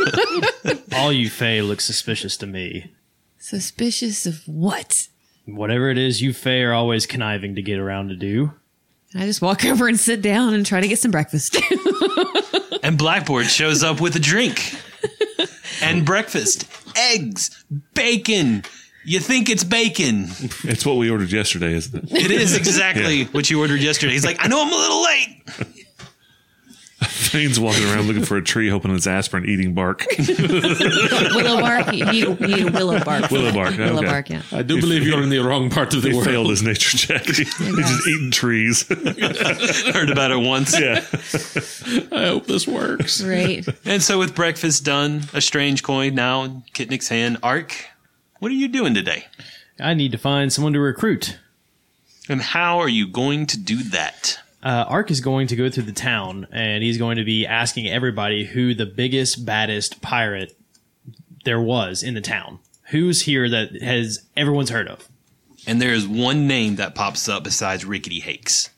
[SPEAKER 9] all you Fey looks suspicious to me.
[SPEAKER 8] suspicious of what?
[SPEAKER 9] Whatever it is you Fey are always conniving to get around to do.
[SPEAKER 8] I just walk *laughs* over and sit down and try to get some breakfast. *laughs*
[SPEAKER 2] And Blackboard shows up with a *laughs* drink and breakfast, eggs, bacon. You think it's bacon.
[SPEAKER 5] It's what we ordered yesterday, isn't it?
[SPEAKER 2] It is exactly *laughs* what you ordered yesterday. He's like, I know I'm a little late.
[SPEAKER 5] Fane's walking around looking for a tree, hoping it's aspirin,
[SPEAKER 4] *laughs*
[SPEAKER 5] eating bark.
[SPEAKER 8] willow bark. You need, you need a willow bark.
[SPEAKER 5] Willow bark,
[SPEAKER 8] Willow
[SPEAKER 5] okay.
[SPEAKER 8] bark. Yeah.
[SPEAKER 6] I do believe you're in the wrong part of *laughs* the
[SPEAKER 5] He
[SPEAKER 6] world.
[SPEAKER 5] failed his nature check. *laughs* He's just eating
[SPEAKER 2] *laughs*
[SPEAKER 5] trees. *laughs*
[SPEAKER 2] Heard about it once.
[SPEAKER 5] yeah.
[SPEAKER 6] I hope this works.
[SPEAKER 8] Right.
[SPEAKER 2] *laughs* And so with breakfast done, a strange coin now in Kitnick's hand. Ark, what are you doing today?
[SPEAKER 9] I need to find someone to recruit.
[SPEAKER 2] And how are you going to do that?
[SPEAKER 9] uh, Ark is going to go through the town and he's going to be asking everybody who the biggest, baddest pirate there was in the town. Who's here that has everyone's heard of?
[SPEAKER 2] and there is one name that pops up besides Rickety Hakes.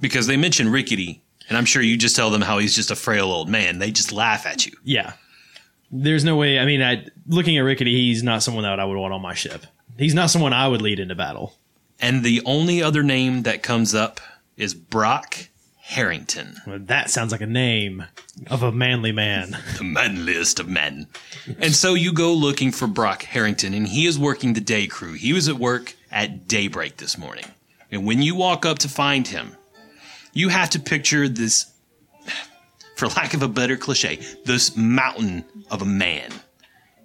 [SPEAKER 2] Because they mention Rickety, and I'm sure you just tell them how he's just a frail old man. They just laugh at you.
[SPEAKER 9] Yeah, there's no way. I mean, I looking at Rickety, he's not someone that I would want on my ship. He's not someone I would lead into battle.
[SPEAKER 2] And the only other name that comes up is Brock Harrington,
[SPEAKER 9] Well, that sounds like a name of a manly man.
[SPEAKER 2] the manliest of men. And so you go looking for Brock Harrington, and he is working the day crew. He was at work at daybreak this morning. And when you walk up to find him, you have to picture this, for lack of a better cliche, this mountain of a man.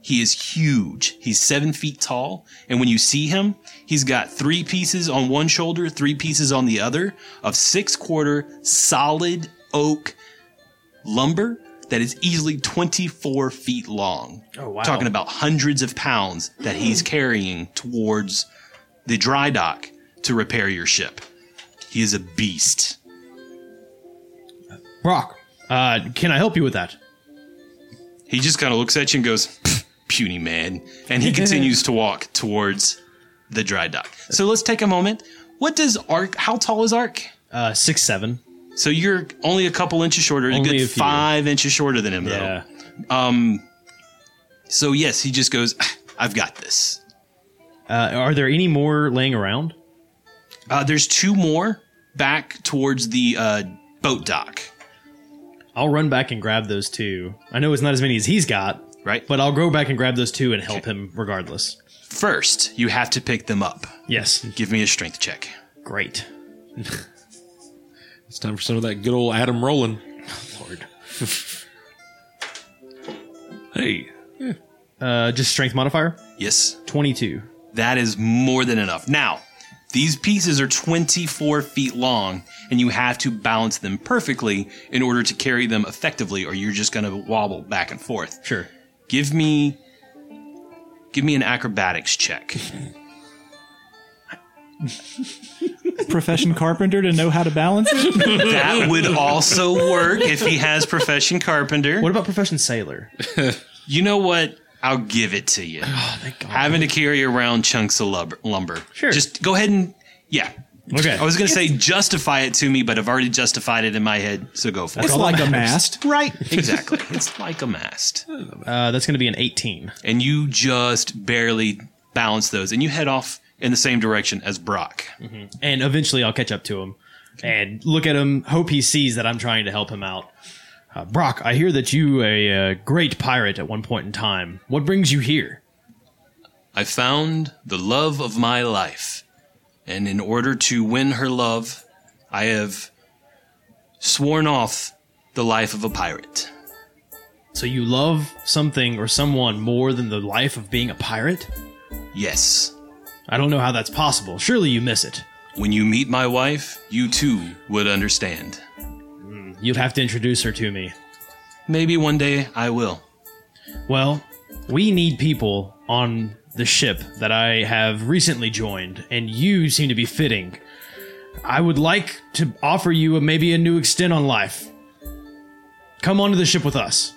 [SPEAKER 2] He is huge. He's seven feet tall. And when you see him, he's got three pieces on one shoulder, three pieces on the other of six quarter solid oak lumber that is easily 24 feet long. Oh,
[SPEAKER 9] wow.
[SPEAKER 2] Talking about hundreds of pounds that he's carrying towards the dry dock to repair your ship. He is a beast.
[SPEAKER 9] Brock, uh, can I help you with that?
[SPEAKER 2] He just kind of looks at you and goes, "Pfft, puny man. And
[SPEAKER 9] *laughs*
[SPEAKER 2] he continues to walk towards the dry dock. So let's take a moment. What does Ark, how tall is Ark?
[SPEAKER 9] Uh, six seven.
[SPEAKER 2] So you're only a couple inches shorter,
[SPEAKER 9] Only
[SPEAKER 2] a
[SPEAKER 9] a
[SPEAKER 2] good
[SPEAKER 9] few.
[SPEAKER 2] five inches shorter than him,
[SPEAKER 9] Yeah.
[SPEAKER 2] though. Um, So yes, he just goes, "Ah, I've got this.
[SPEAKER 9] Uh, are there any more laying around?
[SPEAKER 2] Uh, there's two more back towards the uh, boat dock,
[SPEAKER 9] I'll run back and grab those two. I know it's not as many as he's got,
[SPEAKER 2] right?
[SPEAKER 9] but I'll go back and grab those two and help him regardless.
[SPEAKER 2] first, you have to pick them up.
[SPEAKER 9] Yes.
[SPEAKER 2] Give me a strength check.
[SPEAKER 9] Great.
[SPEAKER 6] It's time for some of that good old Adam Roland. Lord.
[SPEAKER 5] Hey,
[SPEAKER 9] Uh, just strength modifier?
[SPEAKER 2] Yes,
[SPEAKER 9] 22.
[SPEAKER 2] That is more than enough. Now, these pieces are 24 feet long, and you have to balance them perfectly in order to carry them effectively, or you're just going to wobble back and forth.
[SPEAKER 9] Sure.
[SPEAKER 2] Give me, give me an acrobatics check.
[SPEAKER 4] Profession carpenter to know how to balance it.
[SPEAKER 9] *laughs*
[SPEAKER 2] that would also work if he has profession carpenter.
[SPEAKER 9] What about profession sailor?
[SPEAKER 2] You know what? I'll give it to you. Having to carry around chunks of lub- lumber.
[SPEAKER 9] Oh, Sure.
[SPEAKER 2] Just go ahead and yeah.
[SPEAKER 9] Okay.
[SPEAKER 2] I was going to say justify it to me, but I've already justified it in my head, so go for it.
[SPEAKER 4] It's like a mast.
[SPEAKER 2] Right. *laughs* Exactly. it's like a mast.
[SPEAKER 9] Uh, that's going to be an 18.
[SPEAKER 2] And you just barely balance those and you head off in the same direction as Brock.
[SPEAKER 9] And eventually I'll catch up to him and look at him, hope he sees that I'm trying to help him out. Uh, Brock, I hear that you a uh, great pirate at one point in time. What brings you here?
[SPEAKER 2] I found the love of my life. And in order to win her love, I have sworn off the life of a pirate.
[SPEAKER 9] So you love something or someone more than the life of being a pirate?
[SPEAKER 2] Yes.
[SPEAKER 9] I don't know how that's possible. Surely you miss it.
[SPEAKER 2] When you meet my wife, you too would understand.
[SPEAKER 9] You'd have to introduce her to me.
[SPEAKER 2] Maybe one day I will.
[SPEAKER 9] Well, we need people on the ship that I have recently joined, and you seem to be fitting. I would like to offer you a, maybe a new extent on life. Come onto the ship with us.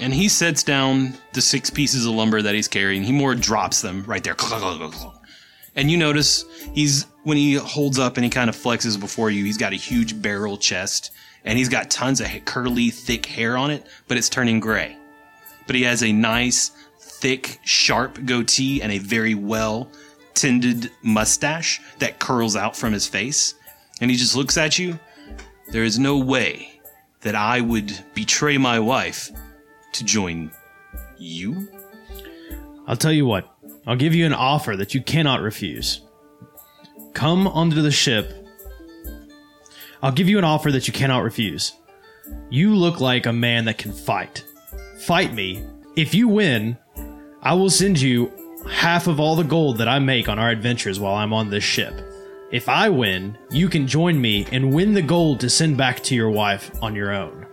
[SPEAKER 2] And he sets down the six pieces of lumber that he's carrying. He more drops them right there. And you notice he's when he holds up and he kind of flexes before you, he's got a huge barrel chest and he's got tons of curly thick hair on it, but it's turning gray. But he has a nice thick sharp goatee and a very well tended mustache that curls out from his face. And he just looks at you. There is no way that I would betray my wife to join you?
[SPEAKER 9] I'll tell you what, I'll give you an offer that you cannot refuse. Come onto the ship. I'll give you an offer that you cannot refuse. You look like a man that can fight. Fight me. If you win, I will send you half of all the gold that I make on our adventures while I'm on this ship. If I win, you can join me and win the gold to send back to your wife on your own.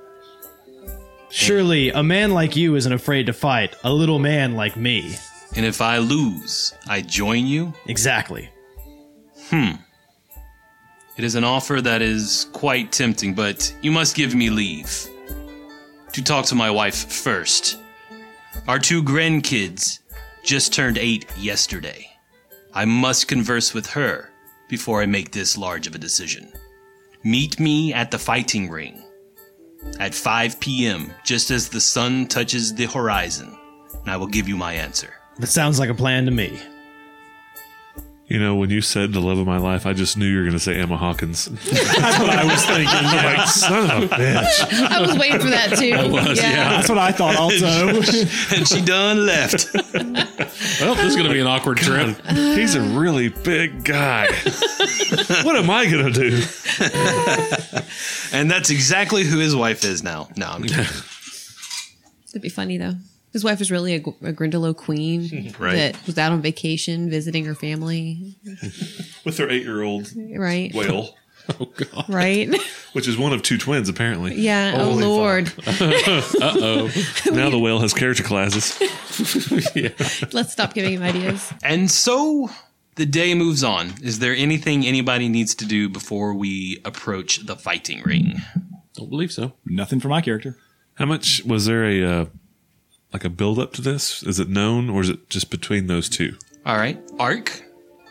[SPEAKER 9] Surely, a man like you isn't afraid to fight a little man like me.
[SPEAKER 2] And if I lose, I join you?
[SPEAKER 9] Exactly.
[SPEAKER 2] It is an offer that is quite tempting, but you must give me leave to talk to my wife first. Our two grandkids just turned eight yesterday. I must converse with her before I make this large of a decision. Meet me at the fighting ring at 5 p.m., just as the sun touches the horizon, and I will give you my answer.
[SPEAKER 9] That sounds like a plan to me.
[SPEAKER 5] You know, when you said the love of my life, I just knew you were going to say Emma
[SPEAKER 4] *laughs*
[SPEAKER 5] Hawkins.
[SPEAKER 4] That's what I was thinking.
[SPEAKER 5] I'm like, son of a bitch.
[SPEAKER 8] I was waiting for that
[SPEAKER 5] *laughs*
[SPEAKER 8] too.
[SPEAKER 4] That's what I
[SPEAKER 2] *laughs*
[SPEAKER 4] thought also.
[SPEAKER 2] and she done left.
[SPEAKER 6] Well, this is going to be an awkward trip.
[SPEAKER 5] He's a really
[SPEAKER 4] *laughs*
[SPEAKER 5] big guy. what am I going to do?
[SPEAKER 2] And that's exactly who his wife is now. No, I'm kidding.
[SPEAKER 8] That'd be funny though. His wife was really a, Gw- a
[SPEAKER 5] *laughs*
[SPEAKER 8] Grindelow queen
[SPEAKER 2] Right.
[SPEAKER 8] that was out on vacation visiting her family,
[SPEAKER 5] With her eight year old
[SPEAKER 8] right?
[SPEAKER 5] whale,
[SPEAKER 8] Right? *laughs*
[SPEAKER 5] which is one of two twins, apparently.
[SPEAKER 8] yeah. oh
[SPEAKER 5] Holy fuck.
[SPEAKER 8] Lord,
[SPEAKER 5] *laughs* Now the whale has character classes.
[SPEAKER 8] let's stop giving him ideas.
[SPEAKER 2] And so the day moves on. Is there anything anybody needs to do before we approach the fighting ring?
[SPEAKER 6] Don't believe so.
[SPEAKER 4] Nothing for my character.
[SPEAKER 5] How much was there a uh, like a build up to this? Is it known or is it just between those two?
[SPEAKER 2] All right, Ark,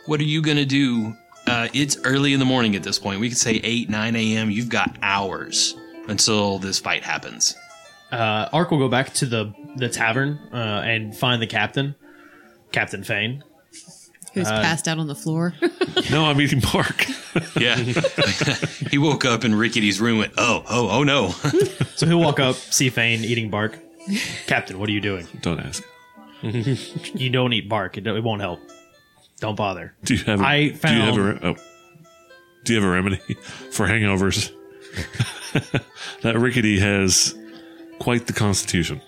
[SPEAKER 2] what are you gonna do? Uh, it's early in the morning at this point. We could say eight, nine a.m. You've got hours until this fight happens.
[SPEAKER 9] Uh, Ark will go back to the the tavern uh, and find the captain, Captain Fane.
[SPEAKER 8] Who's
[SPEAKER 5] Uh,
[SPEAKER 8] passed out on the floor? *laughs*
[SPEAKER 5] No, I'm eating Mark.
[SPEAKER 2] Yeah, *laughs* he woke up in Rickety's room. Went, oh, oh, oh no. *laughs*
[SPEAKER 9] So he'll walk *laughs* up, see Fane eating bark. Captain, what are you doing?
[SPEAKER 5] *laughs* Don't ask.
[SPEAKER 9] You don't eat bark. It, don't- it won't help. Don't bother.
[SPEAKER 5] Do you have? A,
[SPEAKER 9] I
[SPEAKER 5] do you have a,
[SPEAKER 9] found-
[SPEAKER 5] re- oh, do you have a remedy *laughs* for hangovers? *laughs* that rickety has quite the constitution.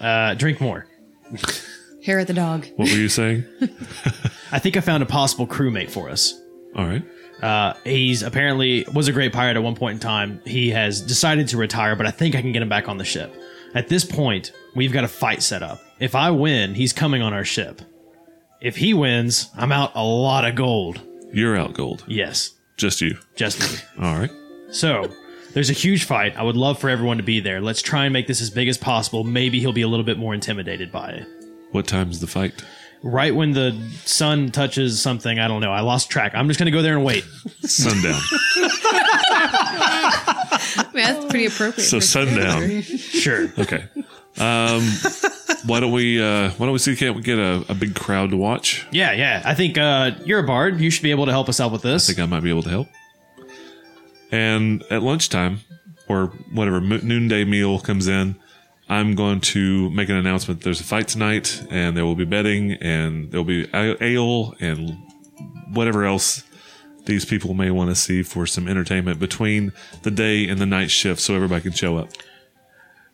[SPEAKER 9] Uh, drink more.
[SPEAKER 8] Hair at the dog.
[SPEAKER 5] What were you
[SPEAKER 9] *laughs*
[SPEAKER 5] saying?
[SPEAKER 9] I think I found a possible crewmate for us.
[SPEAKER 5] All right.
[SPEAKER 9] Uh, he's apparently was a great pirate at one point in time. He has decided to retire, but I think I can get him back on the ship. At this point, we've got a fight set up. If I win, he's coming on our ship. If he wins, I'm out a lot of gold.
[SPEAKER 5] You're out gold.
[SPEAKER 9] Yes,
[SPEAKER 5] Just you.
[SPEAKER 9] just me.
[SPEAKER 5] All right.
[SPEAKER 9] So, there's a huge fight. I would love for everyone to be there. Let's try and make this as big as possible. Maybe he'll be a little bit more intimidated by it.
[SPEAKER 5] What time's the fight?
[SPEAKER 9] Right when the sun touches something, I don't know. I lost track. I'm just going to go there and wait. *laughs*
[SPEAKER 5] Sundown.
[SPEAKER 8] I mean, that's pretty appropriate.
[SPEAKER 5] so
[SPEAKER 8] for-
[SPEAKER 5] sundown.
[SPEAKER 9] Sure.
[SPEAKER 5] Okay. Um, why don't we? Uh, why don't we see? Can't we get a, a big crowd to watch?
[SPEAKER 9] Yeah, yeah. I think uh, you're a bard. You should be able to help us out with this.
[SPEAKER 5] think I might be able to help. And at lunchtime, or whatever mo- noonday meal comes in, I'm going to make an announcement. There's a fight tonight, and there will be betting, and there'll be a- ale, and whatever else these people may want to see for some entertainment between the day and the night shift, so everybody can show up. *laughs*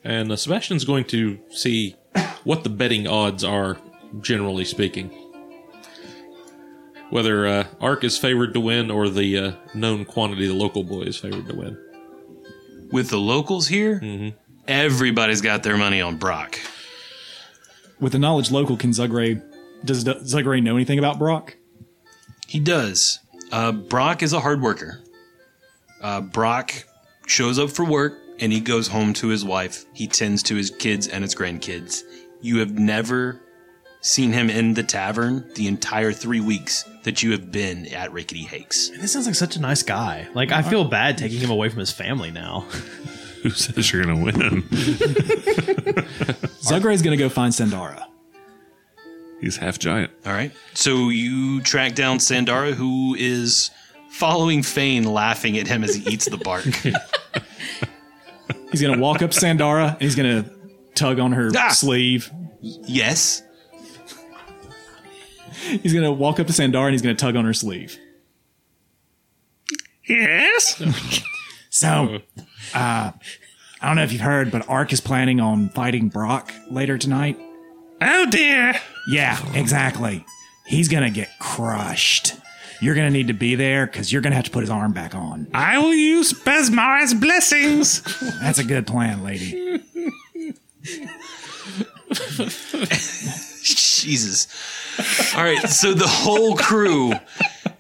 [SPEAKER 6] And uh, Sebastian's going to see what the betting odds are, generally speaking. Whether uh, Ark is favored to win or the uh, known quantity the local boy is favored to win.
[SPEAKER 2] With the locals here, everybody's got their money on Brock.
[SPEAKER 4] With the knowledge local, can Zugray does D- Zugray know anything about Brock?
[SPEAKER 2] He does. Uh, Brock is a hard worker. Uh, Brock shows up for work and he goes home to his wife. He tends to his kids and his grandkids. You have never seen him in the tavern the entire three weeks that you have been at Rickety Hakes.
[SPEAKER 9] This sounds like such a nice guy. Like I feel bad taking him away from his family now.
[SPEAKER 5] Who says you're going
[SPEAKER 4] *laughs*
[SPEAKER 5] to win?
[SPEAKER 4] Zugray's gonna go find Sandara.
[SPEAKER 5] He's half giant.
[SPEAKER 2] All right. So you track down Sandara, who is following Fane, laughing at him as he eats the bark.
[SPEAKER 4] He's gonna
[SPEAKER 6] *laughs*
[SPEAKER 4] walk up to Sandara and he's gonna tug on her
[SPEAKER 2] Ah!
[SPEAKER 4] sleeve.
[SPEAKER 2] yes.
[SPEAKER 4] He's gonna walk up to Sandara and he's gonna tug on her sleeve.
[SPEAKER 5] Yes.
[SPEAKER 4] *laughs* So, uh, I don't know if you've heard, but Ark is planning on fighting Brock later tonight.
[SPEAKER 5] Oh dear.
[SPEAKER 4] Yeah, exactly. He's gonna get crushed. You're gonna need to be there because you're gonna have to put his arm back on.
[SPEAKER 5] I will use Besmar's blessings.
[SPEAKER 4] That's a good plan, lady.
[SPEAKER 2] Jesus. All right, so the whole crew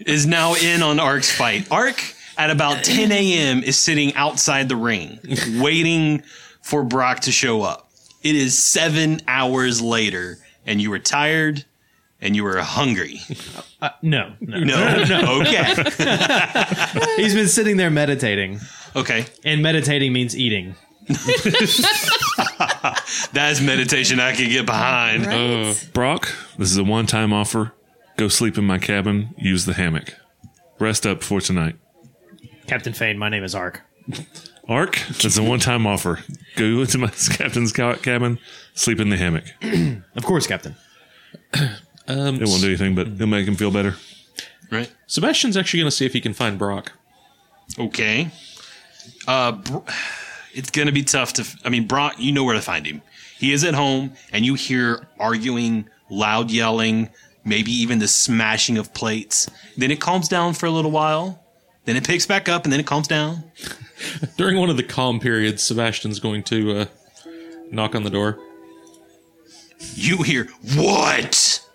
[SPEAKER 2] is now in on Ark's fight. Ark, at about 10 a.m., is sitting outside the ring, waiting for Brock to show up. It is seven hours later, and you were tired and you were hungry.
[SPEAKER 9] *laughs* No, no.
[SPEAKER 2] No, okay,
[SPEAKER 9] *laughs* He's been sitting there meditating,
[SPEAKER 2] okay.
[SPEAKER 9] and meditating means eating.
[SPEAKER 2] That's meditation I can get behind.
[SPEAKER 8] Right?
[SPEAKER 5] Brock, this is a one time offer. Go sleep in my cabin. Use the hammock. Rest up for tonight.
[SPEAKER 9] Captain Fane, my name is Ark.
[SPEAKER 5] Ark, that's a one time offer. Go into my *laughs* captain's ca- cabin, sleep in the hammock.
[SPEAKER 9] Of course, Captain.
[SPEAKER 6] Um,
[SPEAKER 5] It won't do anything, but it'll make him feel better.
[SPEAKER 2] right?
[SPEAKER 6] Sebastian's actually going to see if he can find Brock.
[SPEAKER 2] Okay. Uh, Br- it's gonna be tough to. I mean, Brock, you know where to find him. He is at home, and you hear arguing, loud yelling, maybe even the smashing of plates. Then it calms down for a little while. Then it picks back up, and then it calms down.
[SPEAKER 6] During one of the calm periods, Sebastian's going to uh, knock on the door.
[SPEAKER 2] You hear what? *laughs*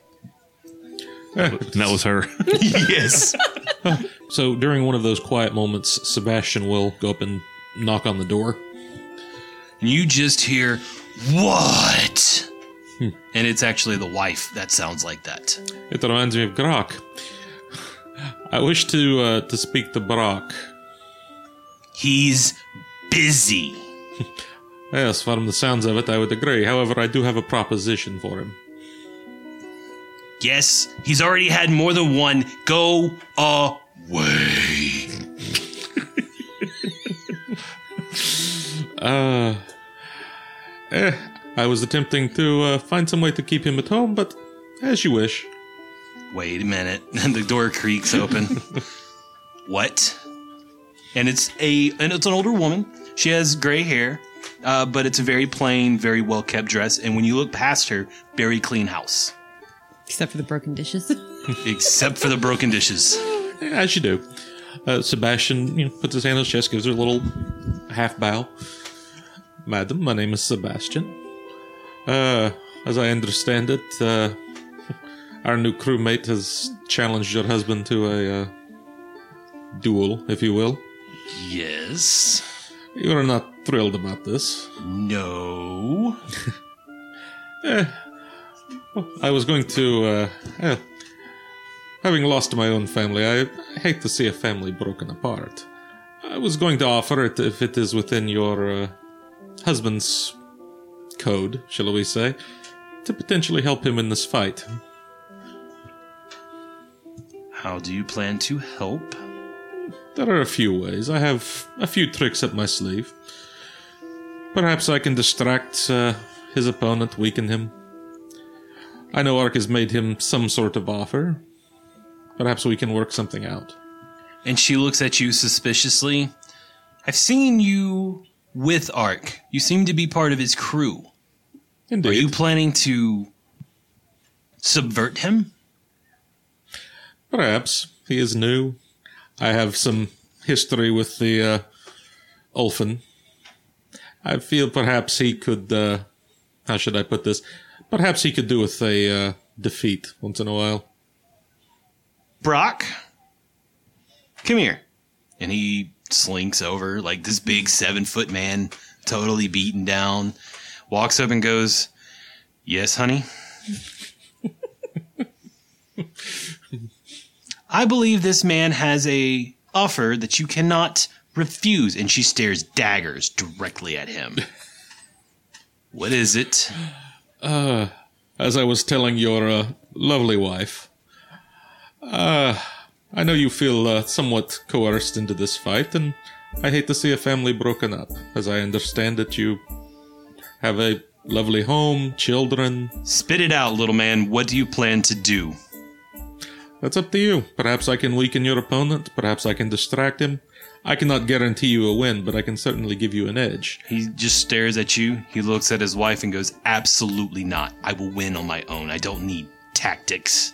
[SPEAKER 5] And that was her. *laughs*
[SPEAKER 2] yes.
[SPEAKER 6] So during one of those quiet moments, Sebastian will go up and knock on the door.
[SPEAKER 2] And you just hear what? And it's actually the wife that sounds like that.
[SPEAKER 6] It reminds me of Grok. *sighs* I wish to uh, to speak to Brock.
[SPEAKER 2] He's busy.
[SPEAKER 6] Yes, from the sounds of it, I would agree. However, I do have a proposition for him.
[SPEAKER 2] Yes, he's already had more than one. Go away.
[SPEAKER 6] Eh, I was attempting to uh, find some way to keep him at home, but as you wish.
[SPEAKER 2] Wait a minute. *laughs* And the door creaks open. what? And it's a and it's an older woman. She has gray hair, uh, but it's a very plain, very well kept dress. And when you look past her, very clean house,
[SPEAKER 8] Except for the broken dishes.
[SPEAKER 2] except for the broken dishes.
[SPEAKER 6] As you do. Uh, Sebastian you know, puts his hand on his chest, gives her a little half bow. Madam, my name is Sebastian. Uh, as I understand it, uh, our new crewmate has challenged your husband to a uh, duel, if you will.
[SPEAKER 2] Yes.
[SPEAKER 6] You are not thrilled about this.
[SPEAKER 2] No.
[SPEAKER 6] I was going to. Uh, eh, having lost my own family, I hate to see a family broken apart. I was going to offer it if it is within your uh, husband's code, shall we say, to potentially help him in this fight.
[SPEAKER 2] How do you plan to help?
[SPEAKER 6] There are a few ways. I have a few tricks up my sleeve. Perhaps I can distract uh, his opponent, weaken him. I know Ark has made him some sort of offer. Perhaps we can work something out.
[SPEAKER 2] and she looks at you suspiciously. I've seen you with Ark. You seem to be part of his crew.
[SPEAKER 6] Indeed.
[SPEAKER 2] Are you planning to subvert him?
[SPEAKER 6] Perhaps he is new. I have some history with the uh, Ulfin. I feel perhaps he could. Uh, how should I put this? Perhaps he could do with a uh, defeat once in a while.
[SPEAKER 2] Brock, come here. And he slinks over like this big seven foot man, totally beaten down, walks up and goes, Yes, honey. *laughs* I believe this man has a offer that you cannot refuse, and she stares daggers directly at him. *laughs* what is it?
[SPEAKER 6] As I was telling your uh, lovely wife, uh, I know you feel uh, somewhat coerced into this fight, and I hate to see a family broken up. As I understand that you have a lovely home, children,
[SPEAKER 2] Spit it out, little man. What do you plan to do?
[SPEAKER 6] That's up to you. Perhaps I can weaken your opponent. Perhaps I can distract him. I cannot guarantee you a win, but I can certainly give you an edge.
[SPEAKER 2] He just stares at you. He looks at his wife and goes, Absolutely not. I will win on my own. I don't need tactics.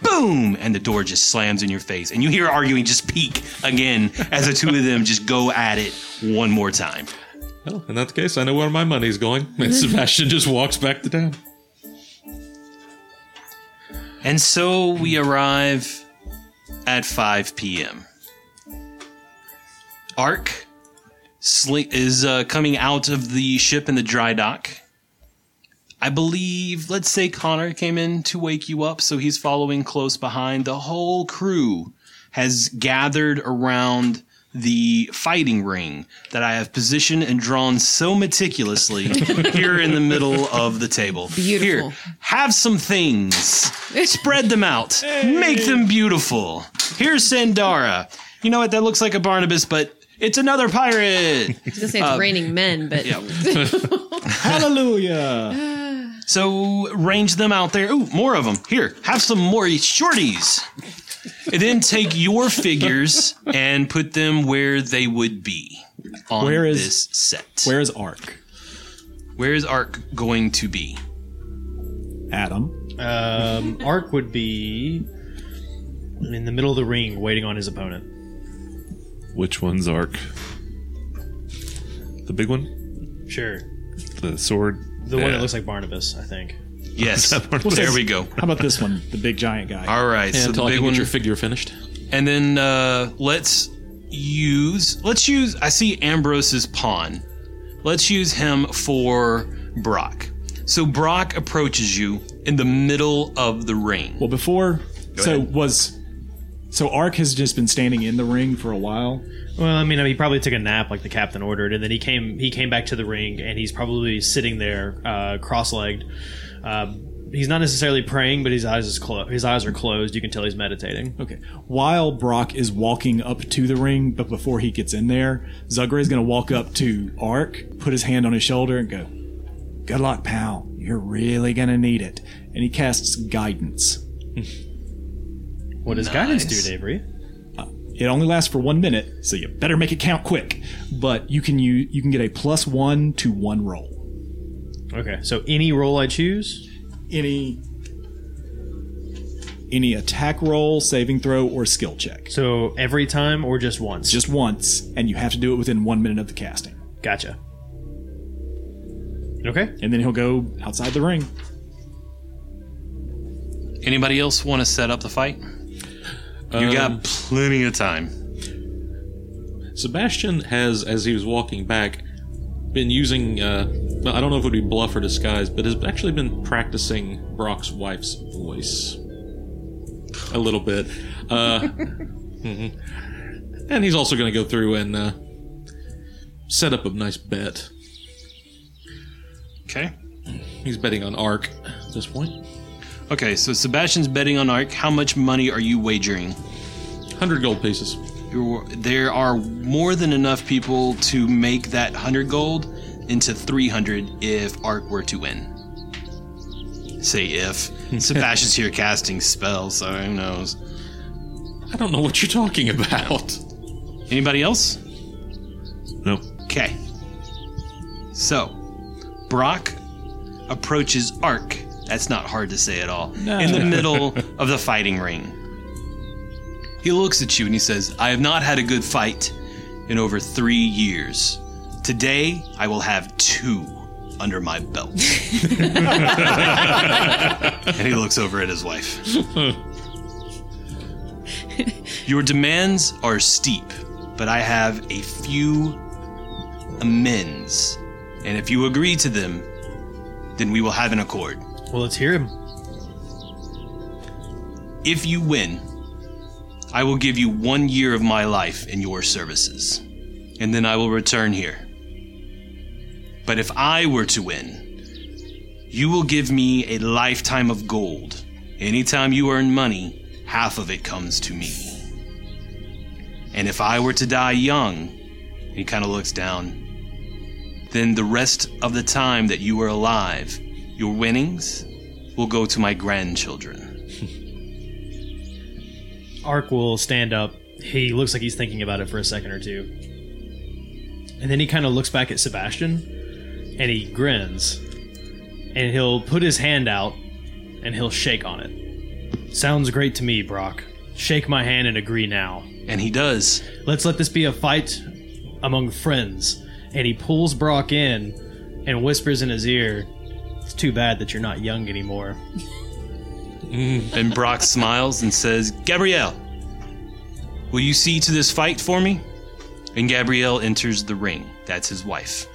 [SPEAKER 2] Boom! And the door just slams in your face. And you hear arguing just peak again as the two of them just go at it one more time.
[SPEAKER 6] Well, in that case, I know where my money's going. *laughs* And Sebastian just walks back to town.
[SPEAKER 2] And so we arrive at 5 p.m. Ark sli- is uh, coming out of the ship in the dry dock. I believe, let's say Connor came in to wake you up, so he's following close behind. The whole crew has gathered around the fighting ring that I have positioned and drawn so meticulously here in the middle of the table.
[SPEAKER 8] Beautiful.
[SPEAKER 2] Here, have some things. Spread them out. Make them beautiful. Here's Sandara. You know what? That looks like a Barnabas, but it's another pirate.
[SPEAKER 8] was gonna say
[SPEAKER 5] Uh,
[SPEAKER 8] it's raining men, but
[SPEAKER 4] *laughs*
[SPEAKER 8] *laughs*
[SPEAKER 4] Hallelujah.
[SPEAKER 2] So range them out there. Ooh, more of them. Here, have some more shorties. and then take your figures and put them where they would be on
[SPEAKER 4] Where is-
[SPEAKER 2] this set.
[SPEAKER 4] Where is Ark?
[SPEAKER 2] where is Ark going to be?
[SPEAKER 4] Adam.
[SPEAKER 9] Um, Ark would be in the middle of the ring, waiting on his opponent.
[SPEAKER 5] Which one's Ark? The big one?
[SPEAKER 9] Sure,
[SPEAKER 5] The sword?
[SPEAKER 9] the one
[SPEAKER 5] Yeah.
[SPEAKER 9] that looks like Barnabas, I think.
[SPEAKER 2] Yes. there we go.
[SPEAKER 4] How about this one? The big giant guy.
[SPEAKER 2] All right. so the
[SPEAKER 6] until I
[SPEAKER 2] big
[SPEAKER 6] can
[SPEAKER 2] one.
[SPEAKER 6] get your figure finished.
[SPEAKER 2] and then uh, let's use. Let's use. I see Ambrose's pawn. Let's use him for Brock. So Brock approaches you in the middle of the ring.
[SPEAKER 4] Well, before, so
[SPEAKER 2] ahead.
[SPEAKER 4] was so Ark has just been standing in the ring for a while.
[SPEAKER 9] Well, I mean, I mean, he probably took a nap like the captain ordered, and then he came. He came back to the ring, and he's probably sitting there, uh, cross-legged. Um, he's not necessarily praying, but his eyes is clo- his eyes are closed. You can tell he's meditating.
[SPEAKER 4] Okay. While Brock is walking up to the ring, but before he gets in there, Zugra is going to walk up to Ark, put his hand on his shoulder, and go, "Good luck, pal. You're really going to need it." And he casts guidance.
[SPEAKER 9] What does guidance
[SPEAKER 2] Nice.
[SPEAKER 9] do, Avery?
[SPEAKER 4] It only lasts for one minute, so you better make it count quick. But you can you you can get a plus one to one roll.
[SPEAKER 9] Okay, so any role I choose.
[SPEAKER 4] Any any attack roll, saving throw, or skill check.
[SPEAKER 9] So every time or just once?
[SPEAKER 4] Just once, and you have to do it within one minute of the casting.
[SPEAKER 9] gotcha. Okay.
[SPEAKER 4] And then he'll go outside the ring.
[SPEAKER 2] Anybody else want to set up the fight? You
[SPEAKER 6] Um,
[SPEAKER 2] got plenty of time.
[SPEAKER 6] Sebastian has, as he was walking back, been using. Uh, well, I don't know if it would be bluff or disguise, but has actually been practicing Brock's wife's voice a little bit. Uh, *laughs* mhm. And he's also going to go through and uh, set up a nice bet.
[SPEAKER 2] Okay.
[SPEAKER 6] He's betting on Ark at this point.
[SPEAKER 2] Okay, so Sebastian's betting on Ark. How much money are you wagering?
[SPEAKER 6] 100 gold pieces.
[SPEAKER 2] You're, there are more than enough people to make that 100 gold into 300 if Ark were to win. Say if. Sebastian's here casting spells, so who knows?
[SPEAKER 6] I don't know what you're talking about.
[SPEAKER 2] Anybody else?
[SPEAKER 5] Nope.
[SPEAKER 2] Okay. So, Brock approaches Ark. That's not hard to say at all. In the middle of the fighting ring. He looks at you and he says, I have not had a good fight in over three years. Today, I will have two under my belt. and he looks over at his wife. Your demands are steep, but I have a few amends. And if you agree to them, then we will have an accord.
[SPEAKER 9] Well, let's hear him.
[SPEAKER 2] If you win, I will give you one year of my life in your services, and then I will return here. But if I were to win, you will give me a lifetime of gold. Anytime you earn money, half of it comes to me. And if I were to die young, he kind of looks down, then the rest of the time that you are alive, your winnings will go to my grandchildren.
[SPEAKER 9] Ark will stand up. He looks like he's thinking about it for a second or two. And then he kind of looks back at Sebastian and he grins. And he'll put his hand out and he'll shake on it. Sounds great to me, Brock. Shake my hand and agree now.
[SPEAKER 2] And he does.
[SPEAKER 9] Let's let this be a fight among friends. And he pulls Brock in and whispers in his ear, It's too bad that you're not young anymore.
[SPEAKER 2] And Brock smiles and says, Gabrielle, will you see to this fight for me? And Gabrielle enters the ring. That's his wife.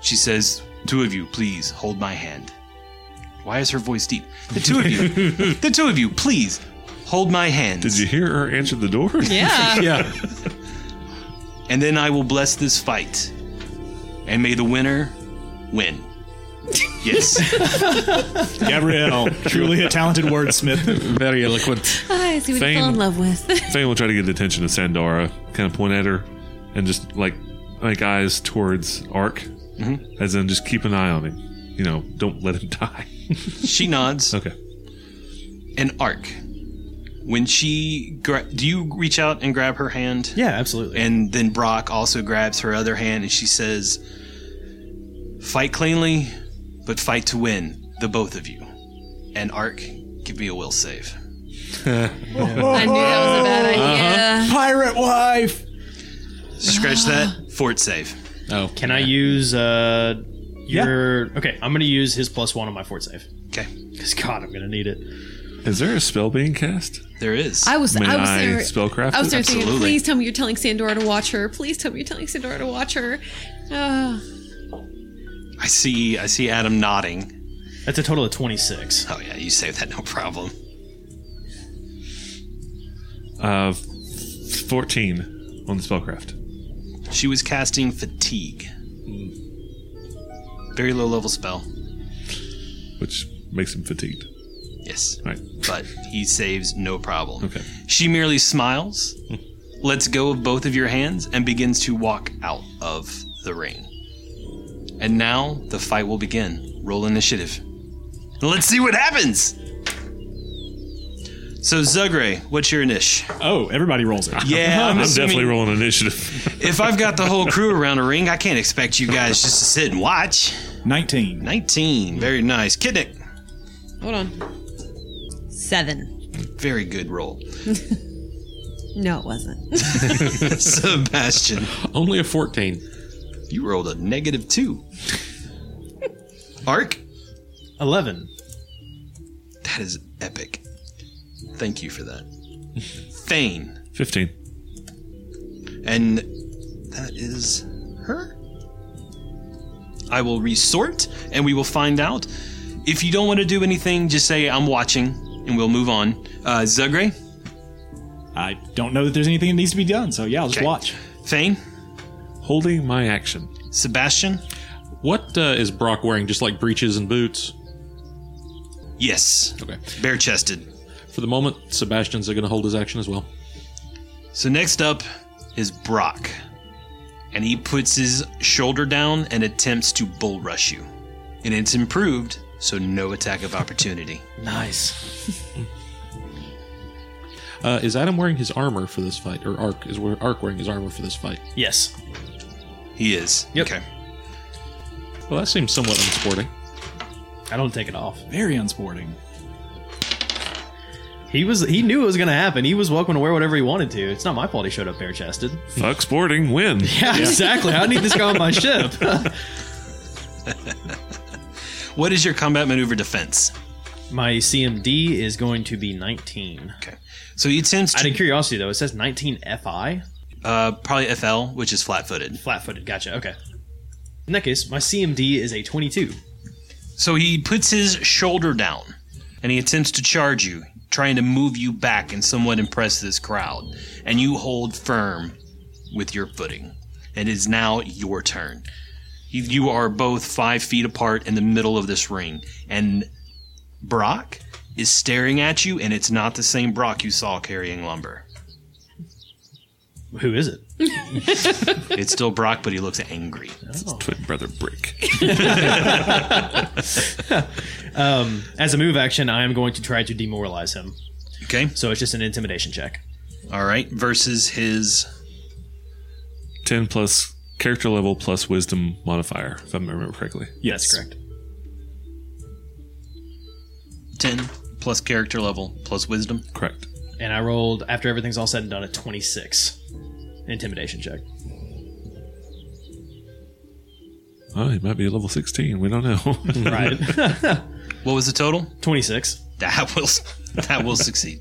[SPEAKER 2] She says, Two of you, please hold my hand. Why is her voice deep? The two of you, the two of you, please hold my hand.
[SPEAKER 5] Did you hear her answer the door?
[SPEAKER 8] yeah,
[SPEAKER 6] Yeah.
[SPEAKER 2] and then I will bless this fight. And may the winner win. Yes.
[SPEAKER 4] Gabrielle, truly a talented wordsmith.
[SPEAKER 6] Very eloquent.
[SPEAKER 8] I see what you fell
[SPEAKER 5] Fame.
[SPEAKER 8] in love with. *laughs*
[SPEAKER 5] Fane will try to get the attention of Sandara, kind of point at her, and just like make eyes towards Ark, as in just keep an eye on him. You know, don't let him *laughs* die.
[SPEAKER 2] she nods.
[SPEAKER 5] okay.
[SPEAKER 2] An arc. When she gra- do you reach out and grab her hand?
[SPEAKER 9] Yeah, absolutely.
[SPEAKER 2] And then Brock also grabs her other hand and she says, Fight cleanly, but fight to win, the both of you. And Ark, give me a will save.
[SPEAKER 8] I knew that was a bad idea.
[SPEAKER 4] Pirate wife!
[SPEAKER 2] Scratch that, fort save.
[SPEAKER 6] Oh,
[SPEAKER 9] Can I use uh your okay? I'm gonna use his plus one on my fort save *laughs*
[SPEAKER 2] Okay.
[SPEAKER 9] because God, I'm gonna need it.
[SPEAKER 5] Is there a spell being cast?
[SPEAKER 2] There is.
[SPEAKER 8] I was,
[SPEAKER 5] May
[SPEAKER 8] I was
[SPEAKER 5] I
[SPEAKER 8] there.
[SPEAKER 5] spellcraft
[SPEAKER 8] I was
[SPEAKER 5] it?
[SPEAKER 8] there thinking,
[SPEAKER 2] Absolutely.
[SPEAKER 8] please tell me you're telling Sandora to watch her. Please tell me you're telling Sandora to watch her. Uh,
[SPEAKER 2] I see I see Adam nodding.
[SPEAKER 9] That's a total of 26.
[SPEAKER 2] Oh yeah, you save that no problem.
[SPEAKER 5] Uh, f- fourteen on the spellcraft.
[SPEAKER 2] She was casting fatigue.
[SPEAKER 5] Hmm.
[SPEAKER 2] Very low level spell.
[SPEAKER 5] Which makes him fatigued.
[SPEAKER 2] Yes.
[SPEAKER 5] All right.
[SPEAKER 2] But he saves no problem.
[SPEAKER 5] Okay.
[SPEAKER 2] She merely smiles, lets go of both of your hands, and begins to walk out of the ring. And now the fight will begin. Roll initiative. Let's see what happens. So Zugray, what's your
[SPEAKER 5] *laughs*
[SPEAKER 2] inish?
[SPEAKER 4] Oh, everybody rolls it.
[SPEAKER 2] Yeah,
[SPEAKER 5] I'm
[SPEAKER 2] assuming-
[SPEAKER 5] definitely rolling initiative. *laughs*
[SPEAKER 2] If I've got the whole crew around a ring, I can't expect you guys just to sit and watch.
[SPEAKER 4] 19.
[SPEAKER 2] 19. Very nice. Kidnick.
[SPEAKER 8] hold on. Seven.
[SPEAKER 2] Very good roll. *laughs*
[SPEAKER 8] No, it wasn't. *laughs*
[SPEAKER 2] Sebastian.
[SPEAKER 6] only a 14.
[SPEAKER 2] You rolled a negative two. Ark,
[SPEAKER 9] 11.
[SPEAKER 2] that is epic. Thank you for that. Thane,
[SPEAKER 5] Fifteen.
[SPEAKER 2] and that is her. I will resort, and we will find out. If you don't want to do anything, just say I'm watching, and we'll move on. Uh, Zugray,
[SPEAKER 4] I don't know that there's anything that needs to be done, so yeah, I'll just
[SPEAKER 2] Okay.
[SPEAKER 4] watch.
[SPEAKER 2] Thane,
[SPEAKER 5] Holding my action.
[SPEAKER 2] Sebastian.
[SPEAKER 6] What uh, is Brock wearing? Just like breeches and boots?
[SPEAKER 2] Yes,
[SPEAKER 6] Okay.
[SPEAKER 2] bare chested.
[SPEAKER 6] For the moment, Sebastian's going to hold his action as well.
[SPEAKER 2] So next up is Brock, and he puts his shoulder down and attempts to bull rush you, and it's improved, so no attack of opportunity.
[SPEAKER 9] Nice.
[SPEAKER 6] Uh, is Adam wearing his armor for this fight, or Ark is where Ark wearing his armor for this fight?
[SPEAKER 9] Yes.
[SPEAKER 2] He is
[SPEAKER 9] Yep.
[SPEAKER 2] okay.
[SPEAKER 6] Well, that seems somewhat unsporting.
[SPEAKER 9] I don't take it off.
[SPEAKER 4] Very unsporting.
[SPEAKER 9] He was he knew it was gonna happen. He was welcome to wear whatever he wanted to. It's not my fault he showed up bare chested.
[SPEAKER 5] Fuck sporting. Win.
[SPEAKER 9] *laughs* Yeah, exactly. I need this guy on *laughs* my ship.
[SPEAKER 2] What is your combat maneuver defense?
[SPEAKER 9] my CMD is going to be 19.
[SPEAKER 2] Okay, so he attempts
[SPEAKER 9] Out
[SPEAKER 2] to
[SPEAKER 9] of curiosity though, it says 19 FI.
[SPEAKER 2] uh, probably FL, which is flat-footed.
[SPEAKER 9] Flat footed, gotcha, okay. In that case, my CMD is a 22.
[SPEAKER 2] So he puts his shoulder down, and he attempts to charge you, trying to move you back and somewhat impress this crowd. And you hold firm with your footing. It is now your turn. You- You are both five feet apart in the middle of this ring, and Brock is staring at you, and it's not the same Brock you saw carrying lumber.
[SPEAKER 9] Who is it?
[SPEAKER 2] It's still Brock, but he looks angry.
[SPEAKER 5] Twin brother Brick.
[SPEAKER 9] As a move action, I am going to try to demoralize him.
[SPEAKER 2] Okay,
[SPEAKER 9] So it's just an intimidation check.
[SPEAKER 2] all right. Versus his
[SPEAKER 5] 10 plus character level plus wisdom modifier, if I remember correctly.
[SPEAKER 4] Yes.
[SPEAKER 9] That's correct.
[SPEAKER 2] 10 plus character level plus wisdom.
[SPEAKER 5] Correct.
[SPEAKER 9] And I rolled, after everything's all said and done, a 26 intimidation check.
[SPEAKER 5] Oh, he might be level 16. We don't know.
[SPEAKER 9] *laughs* Right.
[SPEAKER 2] What was the total?
[SPEAKER 9] 26.
[SPEAKER 2] That *laughs* will that will succeed.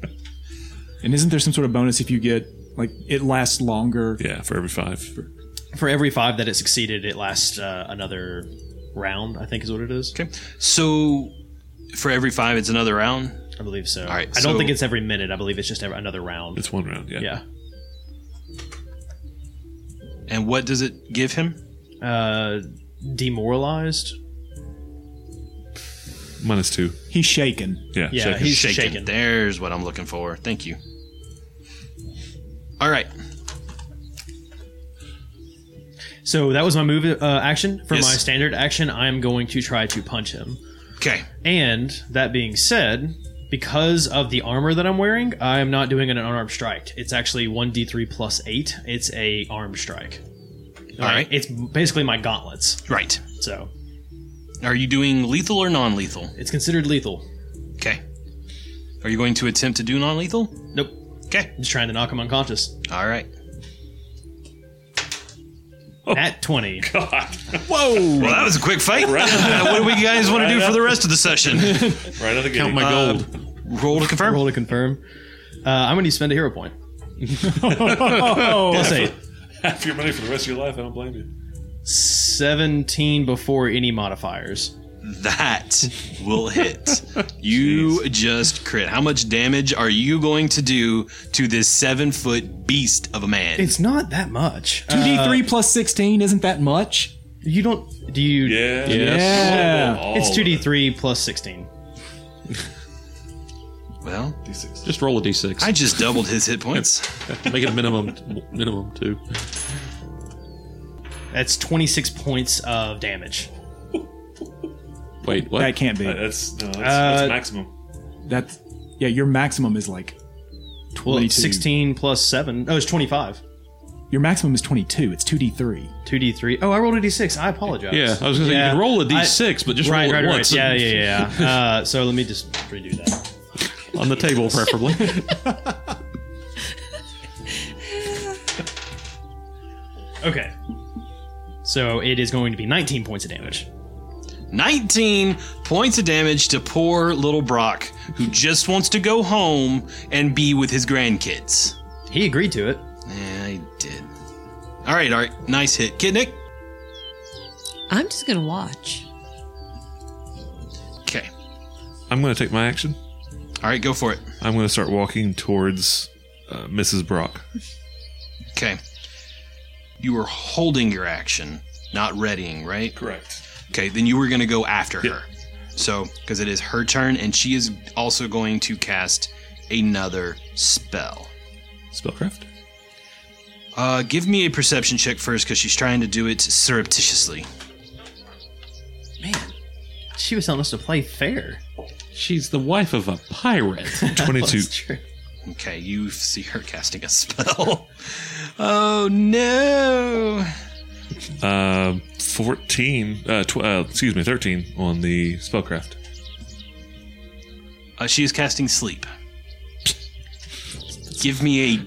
[SPEAKER 4] And isn't there some sort of bonus if you get, like, it lasts longer?
[SPEAKER 5] yeah, for every five.
[SPEAKER 9] For every five that it succeeded, it lasts uh, another round, I think is what it is.
[SPEAKER 2] Okay. So for every five, it's another round.
[SPEAKER 9] I believe so.
[SPEAKER 2] right,
[SPEAKER 9] I don't
[SPEAKER 2] so-
[SPEAKER 9] think it's every minute. I believe it's just every, another round.
[SPEAKER 5] It's one round. Yeah.
[SPEAKER 9] Yeah.
[SPEAKER 2] And what does it give him?
[SPEAKER 9] Uh, demoralized.
[SPEAKER 5] Minus two.
[SPEAKER 4] He's shaken.
[SPEAKER 5] Yeah.
[SPEAKER 9] Yeah,
[SPEAKER 5] shaken.
[SPEAKER 9] he's
[SPEAKER 2] shaken.
[SPEAKER 9] shaken.
[SPEAKER 2] There's what I'm looking for. Thank you. All right.
[SPEAKER 9] So that was my move uh, action. For
[SPEAKER 2] Yes.
[SPEAKER 9] my standard action, I am going to try to punch him.
[SPEAKER 2] Okay.
[SPEAKER 9] And that being said, because of the armor that I'm wearing, I am not doing an unarmed strike. It's actually one d3 plus eight. It's a arm strike.
[SPEAKER 2] All right.
[SPEAKER 9] It's basically my gauntlets.
[SPEAKER 2] Right.
[SPEAKER 9] So
[SPEAKER 2] Are you doing lethal or non-lethal?
[SPEAKER 9] it's considered lethal.
[SPEAKER 2] Okay. Are you going to attempt to do non-lethal?
[SPEAKER 9] Nope.
[SPEAKER 2] Okay.
[SPEAKER 9] Just trying to knock him unconscious.
[SPEAKER 2] All right.
[SPEAKER 9] At twenty.
[SPEAKER 2] Well, that was a quick fight. Uh, *laughs* what do we guys want to do for the rest of the session?
[SPEAKER 5] Right out of the gate. Um,
[SPEAKER 6] Count my
[SPEAKER 2] Uh,
[SPEAKER 5] *laughs*
[SPEAKER 6] gold.
[SPEAKER 2] roll to confirm.
[SPEAKER 9] Roll to confirm. Uh, I'm going to spend a hero point. *laughs* Plus eight.
[SPEAKER 5] Half your money for the rest of your life. I don't blame you.
[SPEAKER 9] 17 before any modifiers.
[SPEAKER 2] That will hit. you just crit. How much damage are you going to do to this seven foot beast of a man?
[SPEAKER 9] It's not that much. Uh,
[SPEAKER 4] Two D three plus sixteen isn't that much.
[SPEAKER 9] you don't. Do you.
[SPEAKER 5] Yeah.
[SPEAKER 4] Yeah.
[SPEAKER 5] All
[SPEAKER 9] It's
[SPEAKER 5] of it.
[SPEAKER 9] 2d3 plus 16.
[SPEAKER 2] well,
[SPEAKER 6] Just roll a d6.
[SPEAKER 2] I just doubled his hit points.
[SPEAKER 6] Make it a minimum, minimum two.
[SPEAKER 9] That's 26 points of damage.
[SPEAKER 6] Wait, what?
[SPEAKER 4] That can't
[SPEAKER 5] Uh,
[SPEAKER 4] be.
[SPEAKER 5] That's no. That's,
[SPEAKER 9] Uh,
[SPEAKER 5] that's maximum.
[SPEAKER 4] That's yeah. Your maximum is like
[SPEAKER 9] Well,
[SPEAKER 4] twenty two.
[SPEAKER 9] 16 plus 7. Oh, it's 25.
[SPEAKER 4] Your maximum is twenty two. It's two D three.
[SPEAKER 9] 2d3. Oh, I rolled a d6. I apologize.
[SPEAKER 6] yeah, I was going to say you
[SPEAKER 9] Yeah.
[SPEAKER 6] can roll a
[SPEAKER 9] I-
[SPEAKER 6] d6, but just
[SPEAKER 9] right,
[SPEAKER 6] roll it
[SPEAKER 9] right, right.
[SPEAKER 6] once *laughs*
[SPEAKER 9] Yeah, yeah, yeah. uh, so let me just redo that.
[SPEAKER 6] on the table,
[SPEAKER 9] *laughs*
[SPEAKER 6] preferably.
[SPEAKER 9] Okay. So it is going to be 19 points of damage.
[SPEAKER 2] 19 points of damage to poor little Brock, who just wants to go home and be with his grandkids.
[SPEAKER 9] He agreed to it.
[SPEAKER 2] Yeah, I did. All right, all right. Nice hit. Kid Nick.
[SPEAKER 8] I'm just gonna watch.
[SPEAKER 2] Okay.
[SPEAKER 5] I'm going to take my action.
[SPEAKER 2] All right, go for it.
[SPEAKER 5] I'm going to start walking towards uh, Mrs. Brock.
[SPEAKER 2] Okay. You were holding your action, not readying, right?
[SPEAKER 5] Correct.
[SPEAKER 2] Okay, then you were going to go after her. So, because it is her turn, and she is also going to cast another spell.
[SPEAKER 5] Spellcraft.
[SPEAKER 2] Uh, give me a perception check first, because she's trying to do it surreptitiously.
[SPEAKER 9] She was telling us to play fair. *laughs*
[SPEAKER 6] She's the wife of a pirate.
[SPEAKER 5] 22.
[SPEAKER 2] Okay, you see her casting a spell. *laughs* oh no!
[SPEAKER 5] uh, 14. Uh, tw- uh, excuse me, 13 on the spellcraft.
[SPEAKER 2] Uh, she is casting sleep. Give me a,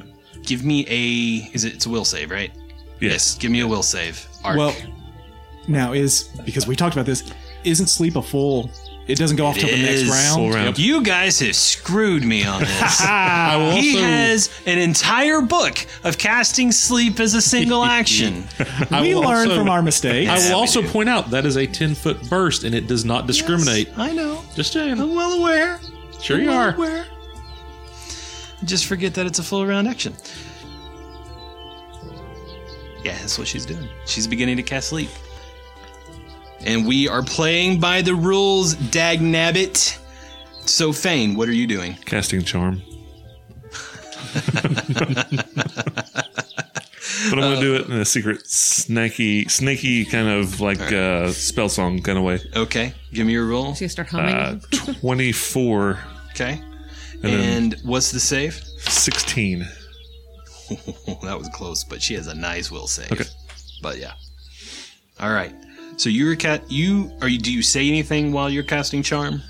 [SPEAKER 2] give me a. Is it? It's a will save, right? Yes. Give me a will save. Arc.
[SPEAKER 4] Well, now is because we talked about this. Isn't sleep a full? It doesn't go off till the next
[SPEAKER 2] is.
[SPEAKER 4] round.
[SPEAKER 5] Full round.
[SPEAKER 2] You guys have screwed me on this.
[SPEAKER 6] I will
[SPEAKER 2] he
[SPEAKER 6] also-
[SPEAKER 2] has an entire book of casting sleep as a single action.
[SPEAKER 6] I
[SPEAKER 4] We
[SPEAKER 6] will
[SPEAKER 4] learn
[SPEAKER 6] also-
[SPEAKER 4] from our mistakes.
[SPEAKER 6] I
[SPEAKER 2] we
[SPEAKER 6] will also
[SPEAKER 2] do.
[SPEAKER 6] point out that is a 10 foot burst and it does not discriminate.
[SPEAKER 2] I know.
[SPEAKER 6] Just saying.
[SPEAKER 2] I'm well aware.
[SPEAKER 6] Sure you are.
[SPEAKER 2] Where? Just forget that it's a full round action. Yeah, that's what she's doing. She's beginning to cast sleep. And we are playing by the rules, Dag Nabbit. So, Fane, what are you doing?
[SPEAKER 5] Casting charm. *laughs* but I'm going to do it in a secret, snaky, snaky kind of like uh, spell song kind of way.
[SPEAKER 2] Okay, give me your roll.
[SPEAKER 8] She's gonna start humming.
[SPEAKER 5] Uh, 24,
[SPEAKER 2] Okay.
[SPEAKER 5] then-
[SPEAKER 2] And what's the save?
[SPEAKER 5] 16.
[SPEAKER 2] *laughs* that was close, but she has a nice will save.
[SPEAKER 5] Okay.
[SPEAKER 2] But yeah. All right. So you were cat. You are you? Do you say anything while you're casting charm?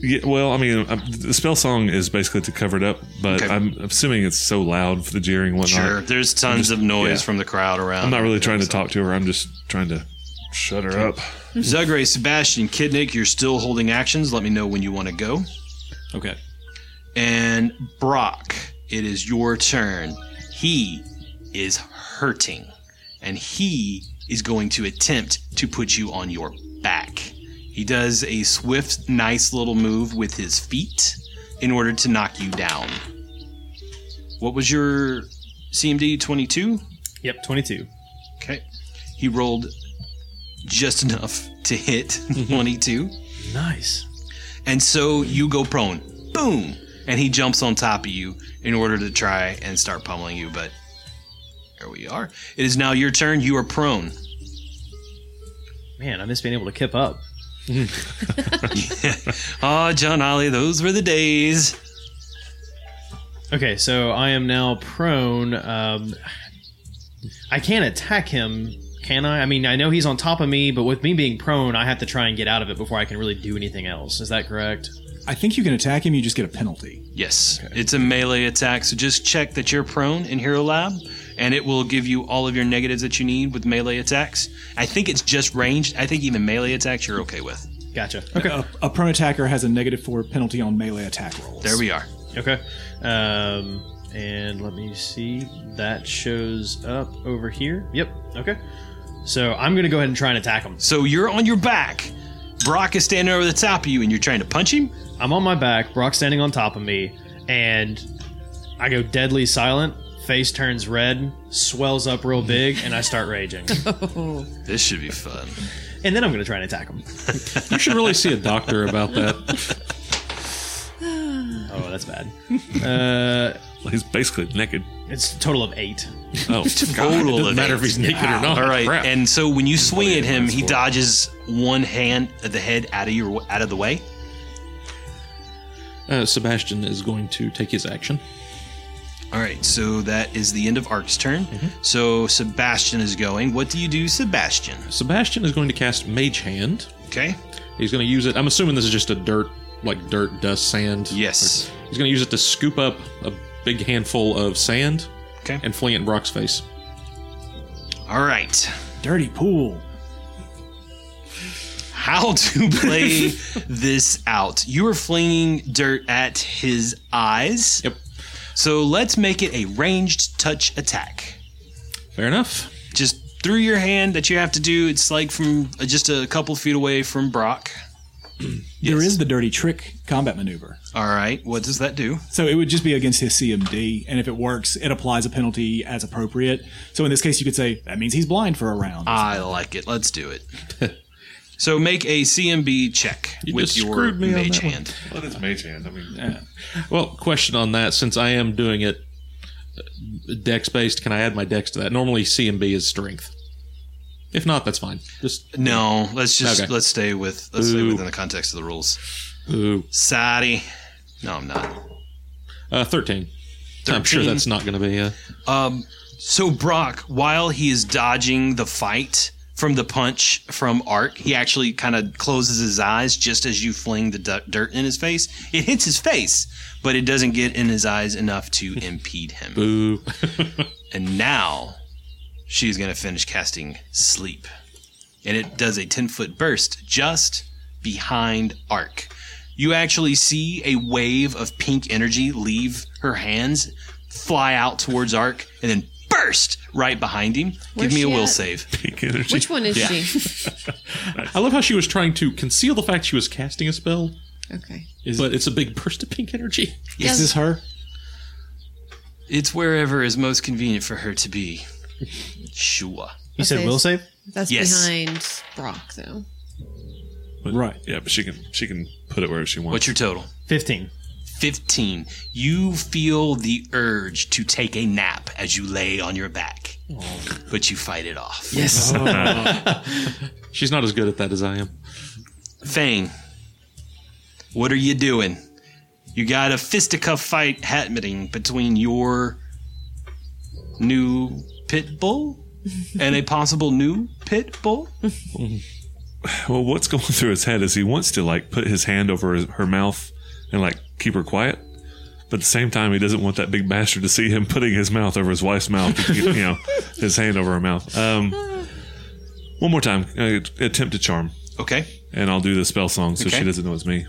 [SPEAKER 5] Yeah, well, I mean, i the spell song is basically to cover it up, but
[SPEAKER 2] Okay.
[SPEAKER 5] I'm assuming it's so loud for the jeering and whatnot.
[SPEAKER 2] There's tons of noise
[SPEAKER 5] yeah.
[SPEAKER 2] from the crowd around.
[SPEAKER 5] I'm not really trying to talk to her. I'm just trying to shut her up.
[SPEAKER 2] Zugray, Sebastian, Kidnick, you're still holding actions. Let me know when you want to go.
[SPEAKER 4] okay.
[SPEAKER 2] And Brock, it is your turn. He is hurting, and he is going to attempt to put you on your back. He does a swift, nice little move with his feet in order to knock you down. What was your CMD 22.
[SPEAKER 9] Yep, 22.
[SPEAKER 2] Okay. He rolled just enough to hit *laughs* 22.
[SPEAKER 9] Nice.
[SPEAKER 2] And so you go prone. Boom! And he jumps on top of you in order to try and start pummeling you, but there we are. It is now your turn. You are prone.
[SPEAKER 9] Man, I miss being able to kip up.
[SPEAKER 2] Ah, John Ollie, those were the days.
[SPEAKER 9] Okay, so I am now prone. Um, I can't attack him, can I? I mean, I know he's on top of me, but with me being prone, I have to try and get out of it before I can really do anything else. Is that correct?
[SPEAKER 4] I think you can attack him. You just get a penalty.
[SPEAKER 2] Yes, it's a melee attack, so just check that you're prone in Hero Lab, and it will give you all of your negatives that you need with melee attacks. I think it's just ranged. I think even melee attacks you're okay with.
[SPEAKER 9] Gotcha. Okay.
[SPEAKER 4] A, a prone attacker has a negative four penalty on melee attack rolls.
[SPEAKER 2] There we are.
[SPEAKER 9] Okay. Um, and let me see. That shows up over here. Yep. Okay. So I'm going to go ahead and try and attack him.
[SPEAKER 2] So you're on your back. Brock is standing over the top of you, and you're trying to punch him.
[SPEAKER 9] I'm on my back, Brock standing on top of me, and I go deadly silent. Face turns red, swells up real big, and I start raging.
[SPEAKER 2] This should be fun.
[SPEAKER 9] and then I'm going to try and attack him.
[SPEAKER 6] You should really see
[SPEAKER 4] *laughs*
[SPEAKER 6] a doctor about that.
[SPEAKER 9] Oh, that's bad. Uh,
[SPEAKER 5] Well, he's basically naked.
[SPEAKER 9] it's a total of eight.
[SPEAKER 5] Oh, God, it
[SPEAKER 2] Total
[SPEAKER 5] doesn't
[SPEAKER 2] of
[SPEAKER 5] matter
[SPEAKER 2] eight.
[SPEAKER 5] if he's naked or not.
[SPEAKER 2] All right,
[SPEAKER 5] Crap.
[SPEAKER 2] and so when you swing at him, he dodges one hand of the head out of your out of the way.
[SPEAKER 6] Uh, Sebastian is going to take his action.
[SPEAKER 2] All right, so that is the end of Ark's turn.
[SPEAKER 5] Mm-hmm.
[SPEAKER 2] So Sebastian is going. What do you do, Sebastian?
[SPEAKER 6] Sebastian is going to cast Mage Hand.
[SPEAKER 2] Okay.
[SPEAKER 6] He's going to use it. I'm assuming this is just a dirt, like dirt, dust, sand.
[SPEAKER 2] Yes.
[SPEAKER 6] He's going to use it to scoop up a big handful of sand
[SPEAKER 2] Okay.
[SPEAKER 6] and fling it in Brock's face.
[SPEAKER 2] All right.
[SPEAKER 4] Dirty pool.
[SPEAKER 2] How
[SPEAKER 5] *laughs*
[SPEAKER 2] to play this out? You are flinging dirt at his eyes.
[SPEAKER 6] Yep.
[SPEAKER 2] So let's make it a ranged touch attack.
[SPEAKER 6] Fair enough.
[SPEAKER 2] Just through your hand that you have to do. It's like from uh, just a couple feet away from Brock.
[SPEAKER 4] There is the dirty trick combat maneuver.
[SPEAKER 2] All right. What does that do?
[SPEAKER 4] So it would just be against his CMD, and if it works, it applies a penalty as appropriate. So in this case, you could say that means he's blind for a round.
[SPEAKER 2] I like it. Let's do it.
[SPEAKER 6] *laughs*
[SPEAKER 2] so make a CMB check
[SPEAKER 6] You
[SPEAKER 2] with
[SPEAKER 6] just
[SPEAKER 2] your
[SPEAKER 6] screwed me on
[SPEAKER 2] mage
[SPEAKER 6] that one.
[SPEAKER 2] hand.
[SPEAKER 5] Well, it's mage hand. I mean,
[SPEAKER 6] Well, question on that since I am doing it uh, dex based, can I add my dex to that? Normally, CMB is strength. If not, that's fine. Just
[SPEAKER 2] No, let's just
[SPEAKER 6] Okay.
[SPEAKER 2] let's stay with let's stay
[SPEAKER 6] Ooh.
[SPEAKER 2] within the context of the rules.
[SPEAKER 6] ooh,
[SPEAKER 2] Sorry. No, I'm not.
[SPEAKER 6] uh, 13. I'm sure
[SPEAKER 2] 13.
[SPEAKER 6] that's not going to be. Uh,
[SPEAKER 2] Um, so Brock, while he is dodging the fight from the punch from Ark, he actually kind of closes his eyes just as you fling the du- dirt in his face. It hits his face, but it doesn't get in his eyes enough to impede him.
[SPEAKER 6] ooh.
[SPEAKER 2] And now she's going to finish casting Sleep. And it does a 10 foot burst just behind Ark. You actually see a wave of pink energy leave her hands, fly out towards Ark, and then burst right behind him.
[SPEAKER 8] Where's
[SPEAKER 2] Give me
[SPEAKER 8] she
[SPEAKER 2] a will
[SPEAKER 8] at?
[SPEAKER 2] save.
[SPEAKER 5] pink energy.
[SPEAKER 8] *laughs* Which one is she?
[SPEAKER 5] *laughs*
[SPEAKER 6] I love how she was trying to conceal the fact she was casting a spell,
[SPEAKER 8] Okay.
[SPEAKER 6] but it's a big burst of pink energy.
[SPEAKER 4] Is this her?
[SPEAKER 2] It's wherever is most convenient for her to be. Sure.
[SPEAKER 9] You said
[SPEAKER 8] Okay.
[SPEAKER 9] will save?
[SPEAKER 8] That's
[SPEAKER 2] Yes.
[SPEAKER 8] behind Brock, though.
[SPEAKER 4] Right.
[SPEAKER 5] Yeah, but she can she can put it wherever she wants.
[SPEAKER 2] What's your total?
[SPEAKER 9] 15.
[SPEAKER 2] 15. You feel the urge to take a nap as you lay on your back, but you fight it off.
[SPEAKER 9] Yes.
[SPEAKER 6] She's not as good at that as I am.
[SPEAKER 2] Fang, what are you doing? You got a fisticuff fight happening between your new pit bull and a possible new pit bull.
[SPEAKER 5] well, what's going *laughs* through his head is he wants to like put his hand over his, her mouth and like keep her quiet, but at the same time he doesn't want that big bastard to see him *laughs* putting his mouth over his wife's mouth. to get, you know, his hand over her mouth. Um, one more time, uh, attempt to charm,
[SPEAKER 2] Okay,
[SPEAKER 5] and I'll do the spell song so
[SPEAKER 2] Okay.
[SPEAKER 5] she doesn't know it's me.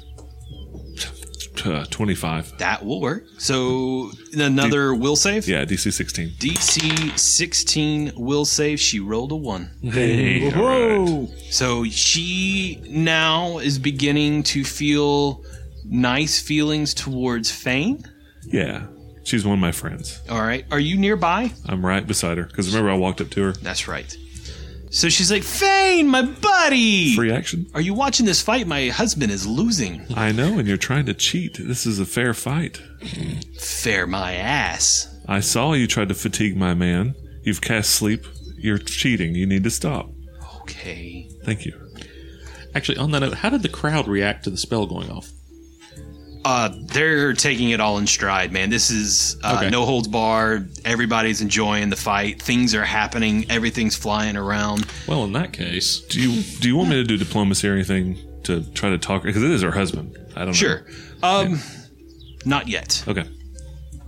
[SPEAKER 5] Uh, Twenty-five.
[SPEAKER 2] that will work. So, another will save?
[SPEAKER 5] Yeah, DC sixteen.
[SPEAKER 2] DC 16 will save. She rolled a one.
[SPEAKER 5] Hey, all right.
[SPEAKER 4] Whoa!
[SPEAKER 2] So she now is beginning to feel nice feelings towards Fane.
[SPEAKER 5] Yeah. She's one of my friends.
[SPEAKER 2] All right. Are you nearby?
[SPEAKER 5] I'm right beside her because remember I walked up to her.
[SPEAKER 2] That's right. So she's like, Fane, my buddy.
[SPEAKER 5] Free action.
[SPEAKER 2] Are you watching this fight? My husband is losing.
[SPEAKER 5] I know, and you're trying to cheat. This is a fair fight.
[SPEAKER 2] Fair my ass.
[SPEAKER 5] I saw you tried to fatigue my man. You've cast sleep. You're cheating. You need to stop.
[SPEAKER 2] Okay.
[SPEAKER 5] Thank you.
[SPEAKER 6] Actually, on that note, how did the crowd react to the spell going off?
[SPEAKER 2] Uh, they're taking it all in stride, man. This is uh,
[SPEAKER 6] Okay.
[SPEAKER 2] no holds barred. Everybody's enjoying the fight. Things are happening. Everything's flying around.
[SPEAKER 6] Well, in that case,
[SPEAKER 5] Do you do you want me to do diplomacy or anything to try to talk? Because it is her husband. I don't
[SPEAKER 2] Sure. Um, not yet.
[SPEAKER 5] know. Okay.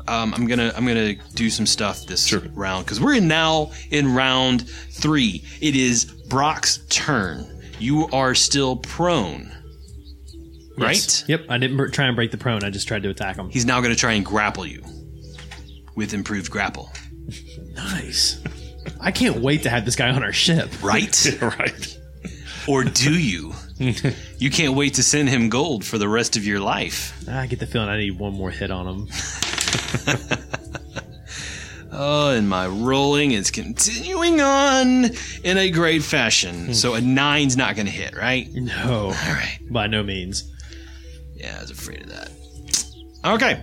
[SPEAKER 2] Um, I'm gonna I'm gonna do some stuff this
[SPEAKER 5] Sure.
[SPEAKER 2] round because we're in now in round three. It is Brock's turn. You are still prone, right?
[SPEAKER 9] Yep, I didn't br- try and break the prone. I just tried to attack him.
[SPEAKER 2] He's now gonna try and grapple you with improved grapple,
[SPEAKER 9] Nice. I can't wait to have this guy on our ship.
[SPEAKER 5] *laughs*
[SPEAKER 2] right?
[SPEAKER 5] Right.
[SPEAKER 2] or do
[SPEAKER 5] *laughs*
[SPEAKER 2] you? you can't wait to send him gold for the rest of your life.
[SPEAKER 9] I get the feeling I need one more hit on him.
[SPEAKER 2] Oh, and my rolling is continuing on in a great
[SPEAKER 5] Hmm.
[SPEAKER 2] fashion. so a nine's not gonna hit, right?
[SPEAKER 5] Mm.
[SPEAKER 9] No,
[SPEAKER 2] All right.
[SPEAKER 9] by no means.
[SPEAKER 2] Yeah, I was afraid of that. Okay.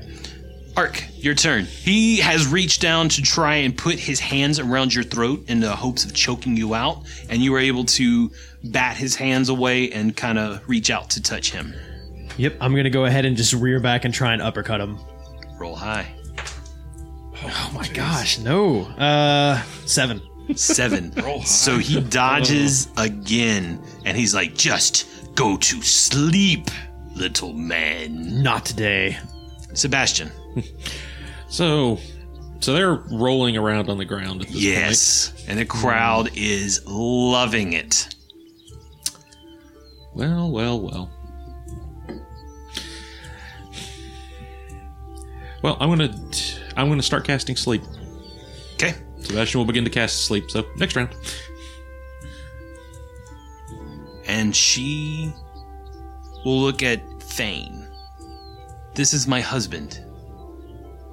[SPEAKER 2] Ark, your turn. He has reached down to try and put his hands around your throat in the hopes of choking you out, and you were able to bat his hands away and kind of reach out to touch him.
[SPEAKER 9] Yep, I'm gonna go ahead and just rear back and try and uppercut him.
[SPEAKER 2] Roll high.
[SPEAKER 9] Oh my gosh, no. Uh, seven.
[SPEAKER 2] *laughs* Seven. so he dodges again, and he's like, just go to sleep, little man.
[SPEAKER 9] Not today.
[SPEAKER 2] Sebastian.
[SPEAKER 6] so so they're rolling around on the ground. At this
[SPEAKER 2] Yes. And the crowd is loving it.
[SPEAKER 6] Point. Well, well, well. Well, I'm gonna I'm gonna start casting sleep.
[SPEAKER 2] Okay.
[SPEAKER 6] Sebastian will begin to cast sleep. So next round.
[SPEAKER 2] and she will look at Thane. This is my husband.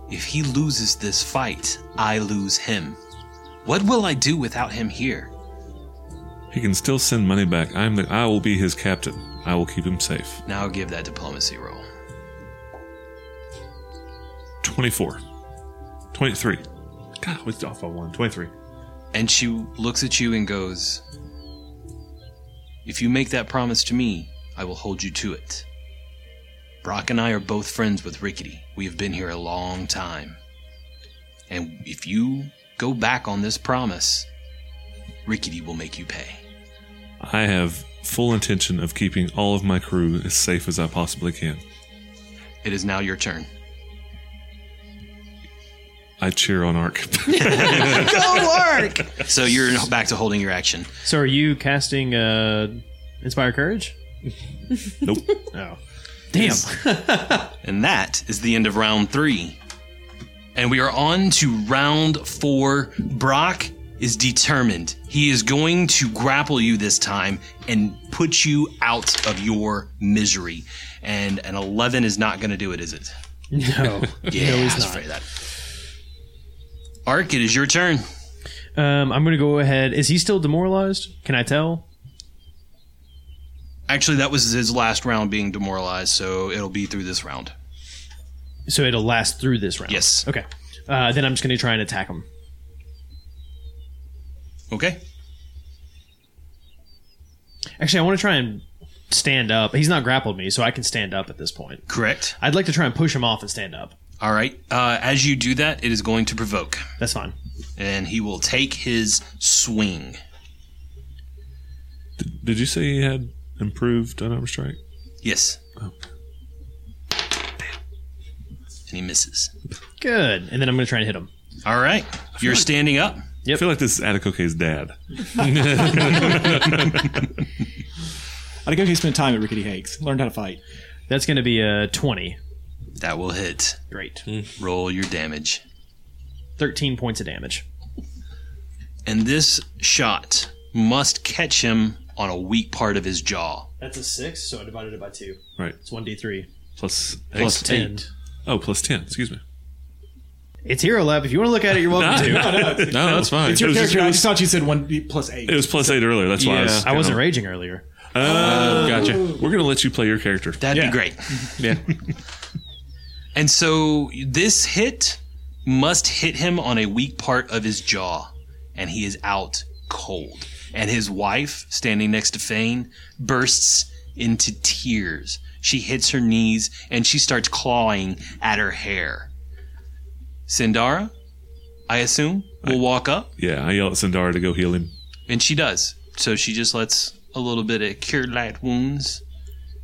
[SPEAKER 2] If he loses this fight, I lose him. What will I do without him here?
[SPEAKER 5] He can still send money back. I'm the. I will be his captain. I will keep him safe.
[SPEAKER 2] Now I'll give that diplomacy roll.
[SPEAKER 5] Twenty-four. Twenty-three. God, we off by one. Twenty-three.
[SPEAKER 2] And she looks at you and goes, If you make that promise to me, I will hold you to it. Brock and I are both friends with Rickety. We have been here a long time. And if you go back on this promise, Rickety will make you pay.
[SPEAKER 5] I have full intention of keeping all of my crew as safe as I possibly can.
[SPEAKER 2] It is now your turn.
[SPEAKER 5] I cheer on Ark. *laughs*
[SPEAKER 2] So you're back to holding your action.
[SPEAKER 9] So are you casting uh, Inspire Courage?
[SPEAKER 5] nope.
[SPEAKER 9] *laughs* Oh. Damn.
[SPEAKER 2] And that is the end of round three. And we are on to round four. Brock is determined. He is going to grapple you this time and put you out of your misery. And an 11 is not going to do it, is it?
[SPEAKER 9] *laughs* No.
[SPEAKER 2] Yeah, I was afraid of that. Ark, it is your turn.
[SPEAKER 9] Um, I'm gonna go ahead. Is he still demoralized? Can I tell?
[SPEAKER 2] Actually, that was his last round being demoralized, so it'll be through this round.
[SPEAKER 9] So it'll last through this round.
[SPEAKER 2] Yes.
[SPEAKER 9] Okay. Uh, then I'm just gonna try and attack him.
[SPEAKER 2] Okay.
[SPEAKER 9] Actually, I want to try and stand up. He's not grappled me, so I can stand up at this point.
[SPEAKER 2] Correct.
[SPEAKER 9] I'd like to try and push him off and stand up.
[SPEAKER 2] All right. Uh, as you do that, it is going to provoke.
[SPEAKER 9] That's fine.
[SPEAKER 2] and he will take his swing.
[SPEAKER 5] Did you say he had improved unarmed strike?
[SPEAKER 2] Yes. And he misses.
[SPEAKER 9] Good. And then I'm gonna try and hit him.
[SPEAKER 2] All right. You're standing up.
[SPEAKER 5] I feel like this is Atakoke's dad.
[SPEAKER 4] I think he spent time at Rickety Hakes, learned how to fight.
[SPEAKER 9] That's gonna be a twenty.
[SPEAKER 2] That will hit.
[SPEAKER 9] Great.
[SPEAKER 2] Roll your damage.
[SPEAKER 9] Thirteen points of damage.
[SPEAKER 2] And this shot must catch him on a weak part of his jaw.
[SPEAKER 9] That's a six, so I divided it by two.
[SPEAKER 5] Right.
[SPEAKER 9] It's one d three
[SPEAKER 5] Plus,
[SPEAKER 4] *laughs*
[SPEAKER 6] Plus
[SPEAKER 5] eight. Oh, plus ten. Excuse me.
[SPEAKER 9] It's Hero Lab. If you want to look at it, you're welcome to.
[SPEAKER 6] No, that's fine.
[SPEAKER 4] It's your
[SPEAKER 5] It was just-
[SPEAKER 4] character. I just thought you said one plus eight.
[SPEAKER 5] It was plus eight earlier. That's why I, was
[SPEAKER 9] I wasn't
[SPEAKER 5] kinda-
[SPEAKER 9] raging earlier.
[SPEAKER 5] Uh, gotcha. We're gonna let you play your character.
[SPEAKER 2] That'd
[SPEAKER 4] Yeah.
[SPEAKER 2] be great.
[SPEAKER 6] Yeah.
[SPEAKER 2] *laughs* And so this hit must hit him on a weak part of his jaw, and he is out cold. And his wife, standing next to Fane, bursts into tears. She hits her knees and she starts clawing at her hair. Sindara, I assume, will walk up,
[SPEAKER 5] Yeah, I yell at Sindara to go heal him.
[SPEAKER 2] and she does. So she just lets a little bit of cure light wounds,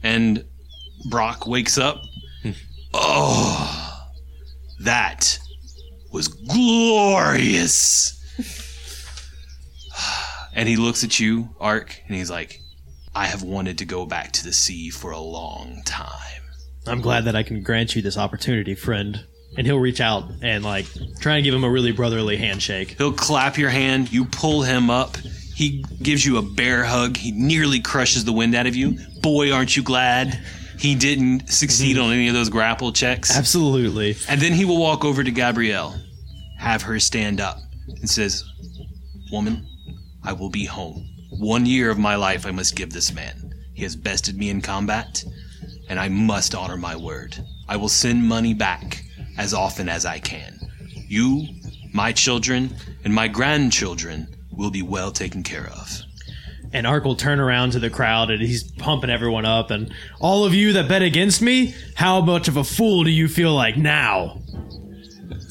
[SPEAKER 2] and Brock wakes up. oh, that was glorious. *sighs* and he looks at you, Ark, and he's like, I have wanted to go back to the sea for a long time.
[SPEAKER 9] I'm glad that I can grant you this opportunity, friend. And he'll reach out and like try and give him a really brotherly handshake.
[SPEAKER 2] He'll clap your hand. You pull him up. He gives you a bear hug. He nearly crushes the wind out of you. Boy, aren't you glad he didn't succeed on any of those grapple checks.
[SPEAKER 9] Absolutely.
[SPEAKER 2] And then he will walk over to Gabrielle, have her stand up, and says, Woman, I will be home. One year of my life I must give this man. He has bested me in combat, and I must honor my word. I will send money back as often as I can. You, my children, and my grandchildren will be well taken care of.
[SPEAKER 9] And Ark will turn around to the crowd and he's pumping everyone up. And all of you that bet against me, how much of a fool do you feel like now?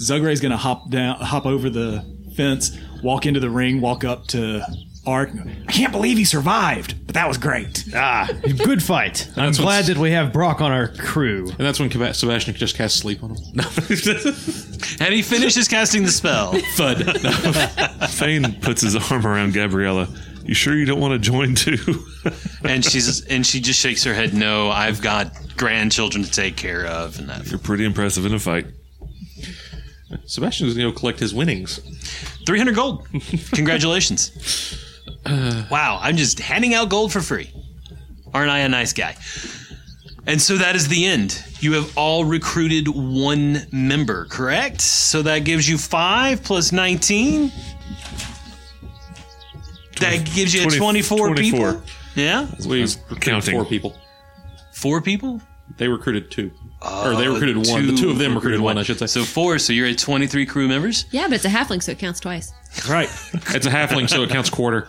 [SPEAKER 4] Zugray's gonna hop down, hop over the fence, walk into the ring, walk up to Ark. and go, I can't believe he survived, but that was great.
[SPEAKER 9] Ah, good *laughs* fight. I'm glad
[SPEAKER 6] what's-
[SPEAKER 9] that we have Brock on our crew.
[SPEAKER 6] And that's when Keba- Sebastian just cast sleep on him. *laughs* No.
[SPEAKER 2] And he finishes casting the spell.
[SPEAKER 5] Fud. Fane *laughs* puts his arm around Gabriella. You sure you don't want to join too? *laughs*
[SPEAKER 2] and she's and she just shakes her head, no, I've got grandchildren to take care of and that
[SPEAKER 5] You're pretty impressive in a fight.
[SPEAKER 6] Sebastian's going to go collect his winnings.
[SPEAKER 2] 300 gold. Congratulations. wow, I'm just handing out gold for free. Aren't I a nice guy? And so that is the end. You have all recruited one member, correct? So that gives you 5 plus 19. That gives you
[SPEAKER 5] 20
[SPEAKER 2] 24,
[SPEAKER 5] 24.
[SPEAKER 2] people. Yeah?
[SPEAKER 6] We
[SPEAKER 5] That's
[SPEAKER 6] recruited
[SPEAKER 5] counting.
[SPEAKER 6] four people.
[SPEAKER 2] Four people?
[SPEAKER 6] They recruited two. or they recruited one.
[SPEAKER 2] two
[SPEAKER 6] The two of them recruited one, I should say.
[SPEAKER 2] So four, so you're at 23 crew members?
[SPEAKER 8] Yeah, but it's a halfling, so it counts twice.
[SPEAKER 6] right. it's a halfling, *laughs* so it counts quarter.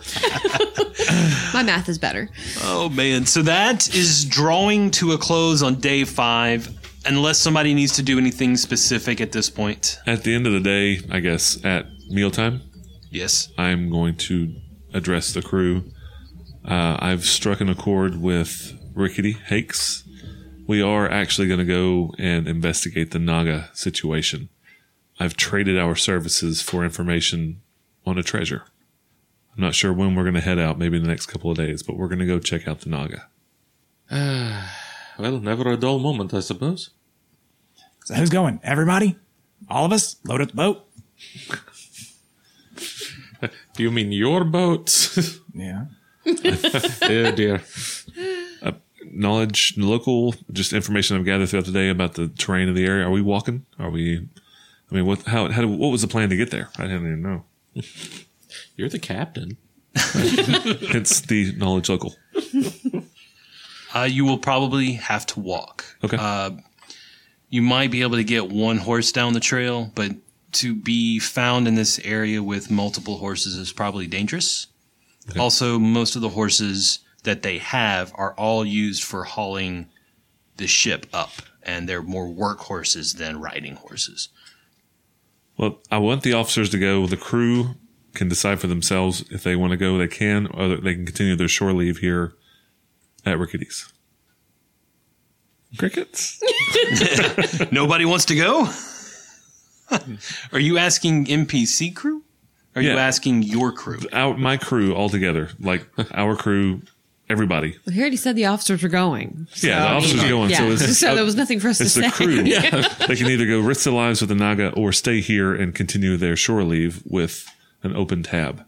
[SPEAKER 8] My math is better.
[SPEAKER 2] Oh man, so that is drawing to a close on day five, unless somebody needs to do anything specific at this point.
[SPEAKER 5] At the end of the day, I guess at mealtime,
[SPEAKER 2] Yes.
[SPEAKER 5] I'm going to address the crew. Uh, I've struck an accord with Rickety Hakes. We are actually going to go and investigate the Naga situation. I've traded our services for information on a treasure. I'm not sure when we're going to head out, maybe in the next couple of days, but we're going to go check out the Naga.
[SPEAKER 6] Well, never a dull moment, I suppose.
[SPEAKER 4] So who's going? Everybody? All of us? Load up the boat?
[SPEAKER 6] Do you mean your *laughs* boats?
[SPEAKER 4] Yeah.
[SPEAKER 6] oh, dear.
[SPEAKER 5] Knowledge, local, just information I've gathered throughout the day about the terrain of the area. Are we walking? Are we? I mean, what? How? how what was the plan to get there? I didn't even know.
[SPEAKER 6] You're the captain.
[SPEAKER 5] Hence the knowledge local.
[SPEAKER 2] Uh, you will probably have to walk. Uh,
[SPEAKER 5] Okay.
[SPEAKER 2] You might be able to get one horse down the trail, but to be found in this area with multiple horses is probably dangerous. Also, most of the horses that they have are all used for hauling the ship up, and they're more work horses than riding horses.
[SPEAKER 5] Well, I want the officers to go. The crew can decide for themselves if they want to go. They can, or they can continue their shore leave here at Rickety's.
[SPEAKER 8] *laughs*
[SPEAKER 5] Crickets.
[SPEAKER 2] Nobody wants to go? Are you asking NPC crew? Are you
[SPEAKER 5] Yeah.
[SPEAKER 2] asking your crew?
[SPEAKER 5] Our, my crew all together, like our crew, everybody.
[SPEAKER 8] Well, he already said the officers were going.
[SPEAKER 5] Yeah, the officers going.
[SPEAKER 8] Yeah.
[SPEAKER 5] Oh, So
[SPEAKER 8] *laughs* So,
[SPEAKER 5] it's,
[SPEAKER 8] there was nothing for us
[SPEAKER 5] it's
[SPEAKER 8] to
[SPEAKER 5] the
[SPEAKER 8] say.
[SPEAKER 5] crew. *laughs*
[SPEAKER 8] *laughs*
[SPEAKER 5] they can either go risk their lives with the Naga or stay here and continue their shore leave with an open tab.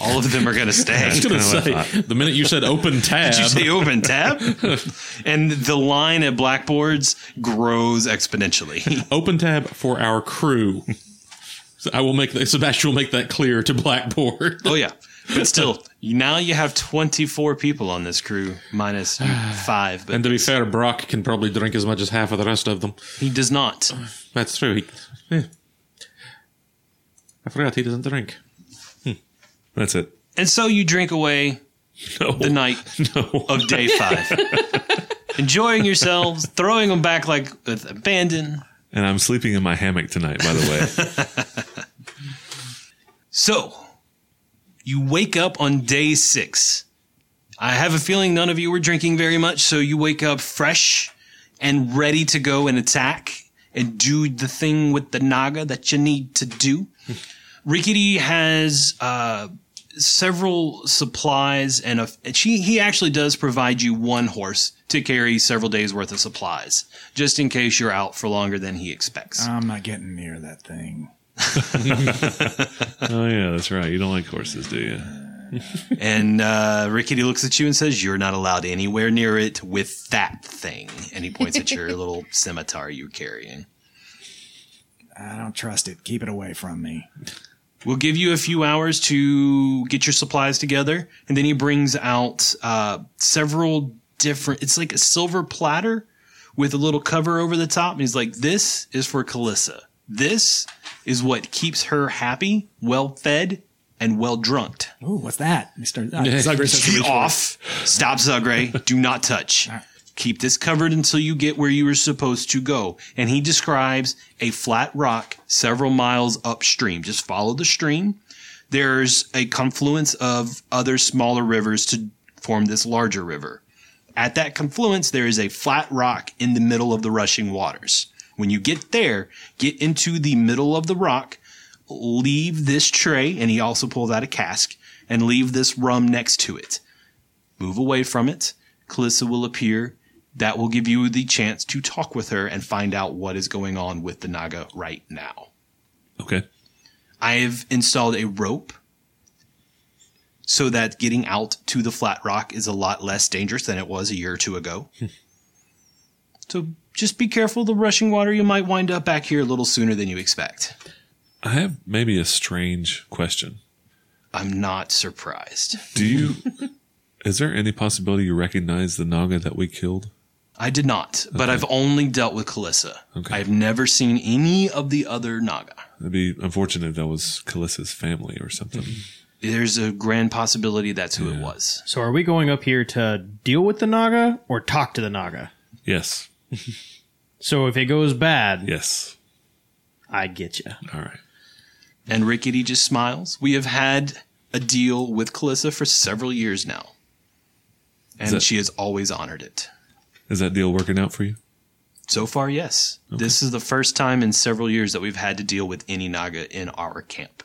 [SPEAKER 2] All of them are going to stay. *laughs*
[SPEAKER 6] I was going to
[SPEAKER 5] kinda what I
[SPEAKER 6] say, the minute you said *laughs* open tab,
[SPEAKER 2] Did you say open tab? and the line at blackboards grows exponentially.
[SPEAKER 6] open tab for our *laughs* crew. So I will make that, Sebastian will make that clear to Blackboard.
[SPEAKER 2] oh yeah, but still, now you have twenty four people on this crew *sighs* minus you five. But
[SPEAKER 6] And to be fair, Brock can probably drink as much as half of the rest of them.
[SPEAKER 2] he does not.
[SPEAKER 6] That's true. He, yeah. I forgot he doesn't drink.
[SPEAKER 5] That's it.
[SPEAKER 2] And so you drink away the night of day *laughs* five, enjoying yourselves, throwing them back like with abandon.
[SPEAKER 5] And I'm sleeping in my hammock tonight, by the *laughs* way.
[SPEAKER 2] So, you wake up on day six. I have a feeling none of you were drinking very much, so you wake up fresh and ready to go and attack and do the thing with the Naga that you need to do. Rickety has uh, several supplies, and a, and she he actually does provide you one horse to carry several days worth of supplies, just in case you're out for longer than he expects.
[SPEAKER 4] I'm not getting near that thing.
[SPEAKER 5] oh, yeah, that's right. You don't like horses, do you?
[SPEAKER 2] And uh, Rickety looks at you and says, You're not allowed anywhere near it with that thing. And he points at your little scimitar you're carrying.
[SPEAKER 4] I don't trust it. Keep it away from me.
[SPEAKER 2] We'll give you a few hours to get your supplies together. And then he brings out uh, several different, it's like a silver platter with a little cover over the top. And he's like, This is for Kalissa. This is what keeps her happy, well fed, and well drunked.
[SPEAKER 4] Ooh, what's that, Mister Zugger? says to
[SPEAKER 2] Get
[SPEAKER 4] reach for it.
[SPEAKER 2] off. Stop, Zugray. Do not touch. Keep this covered until you get where you were supposed to go. And he describes a flat rock several miles upstream. Just follow the stream. There's a confluence of other smaller rivers to form this larger river. At that confluence, there is a flat rock in the middle of the rushing waters. When you get there, get into the middle of the rock, leave this tray, and he also pulls out a cask, and leave this rum next to it. Move away from it. Calissa will appear. That will give you the chance to talk with her and find out what is going on with the Naga right now.
[SPEAKER 5] Okay.
[SPEAKER 2] I've installed a rope so that getting out to the flat rock is a lot less dangerous than it was a year or two ago. so just be careful of the rushing water. You might wind up back here a little sooner than you expect.
[SPEAKER 5] I have maybe a strange question.
[SPEAKER 2] I'm not surprised.
[SPEAKER 5] Do *laughs* you. is there any possibility you recognize the Naga that we killed?
[SPEAKER 2] I did not, but I've only dealt with Kalissa.
[SPEAKER 5] Okay.
[SPEAKER 2] I've never seen any of the other Naga.
[SPEAKER 5] It'd be unfortunate if that was Calissa's family or something.
[SPEAKER 2] There's a grand possibility that's who it was.
[SPEAKER 9] So are we going up here to deal with the Naga or talk to the Naga?
[SPEAKER 5] yes.
[SPEAKER 9] So if it goes bad,
[SPEAKER 5] Yes.
[SPEAKER 9] I get you.
[SPEAKER 5] All right.
[SPEAKER 2] And Rickety just smiles. We have had a deal with Kalissa for several years now. And
[SPEAKER 5] that-
[SPEAKER 2] she has always honored it.
[SPEAKER 5] Is that deal working out for you?
[SPEAKER 2] So far, yes. This is the first time in several years that we've had to deal with any Naga in our camp.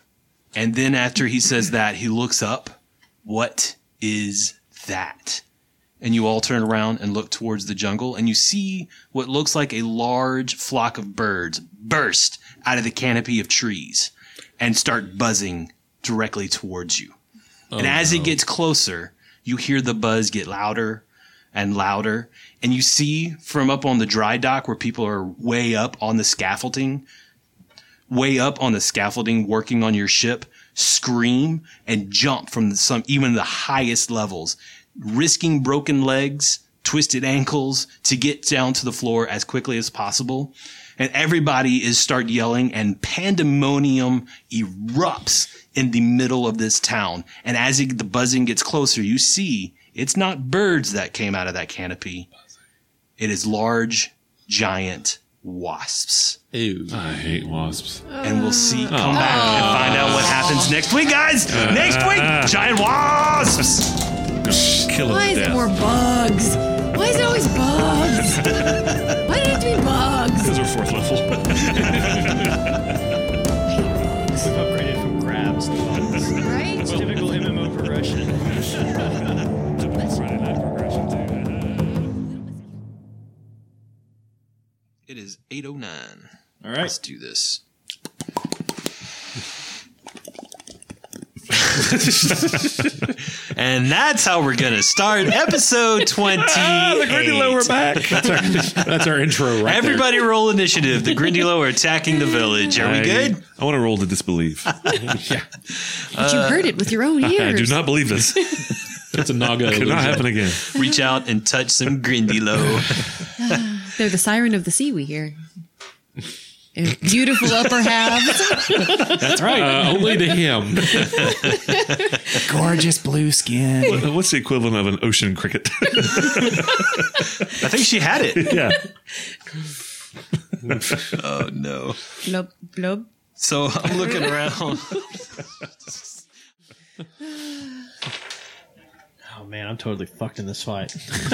[SPEAKER 2] And then after he says that, he looks up. What is that? And you all turn around and look towards the jungle, and you see what looks like a large flock of birds burst out of the canopy of trees and start buzzing directly towards you. and as it gets closer, you hear the buzz get louder and louder. And you see from up on the dry dock where people are way up on the scaffolding, way up on the scaffolding working on your ship, scream and jump from some even the highest levels, risking broken legs, twisted ankles to get down to the floor as quickly as possible. And everybody is start yelling and pandemonium erupts in the middle of this town. And as it, the buzzing gets closer, you see it's not birds that came out of that canopy. It is large, giant wasps
[SPEAKER 6] Ah.
[SPEAKER 5] I hate wasps.
[SPEAKER 2] and we'll see. Come back and find out what happens next week, guys. next week, giant wasps.
[SPEAKER 5] Kill 'em
[SPEAKER 8] Why
[SPEAKER 5] to
[SPEAKER 8] is it
[SPEAKER 5] death.
[SPEAKER 8] more bugs? Why is it always bugs? Why do it have to be bugs?
[SPEAKER 5] Those are fourth level.
[SPEAKER 9] We've upgraded from crabs to bugs.
[SPEAKER 8] Right?
[SPEAKER 9] Typical MMO progression.
[SPEAKER 2] It is 809.
[SPEAKER 9] All right.
[SPEAKER 2] Let's do this. and that's how we're gonna start episode twenty.
[SPEAKER 5] Ah, back.
[SPEAKER 6] *laughs* That's our, that's our intro, right? there.
[SPEAKER 2] Everybody roll initiative. The Grindylow are attacking the village. Are we good?
[SPEAKER 5] I want to roll to disbelieve.
[SPEAKER 8] But you heard it with your own ears.
[SPEAKER 5] Uh, *laughs* I do not believe this.
[SPEAKER 6] It's a Naga.
[SPEAKER 5] Could not happen again.
[SPEAKER 2] Reach out and touch some Grindylow.
[SPEAKER 8] They're the siren of the sea. We hear. And Beautiful upper halves.
[SPEAKER 4] That's right.
[SPEAKER 6] Uh, only to him.
[SPEAKER 4] Gorgeous blue
[SPEAKER 5] *laughs*
[SPEAKER 4] skin.
[SPEAKER 5] What's the equivalent of an ocean
[SPEAKER 6] *laughs*
[SPEAKER 5] cricket?
[SPEAKER 2] I think she had it.
[SPEAKER 5] yeah.
[SPEAKER 2] Oh no.
[SPEAKER 8] Blob, blob.
[SPEAKER 2] So I'm looking around.
[SPEAKER 9] Oh man, I'm totally fucked in this fight. *laughs*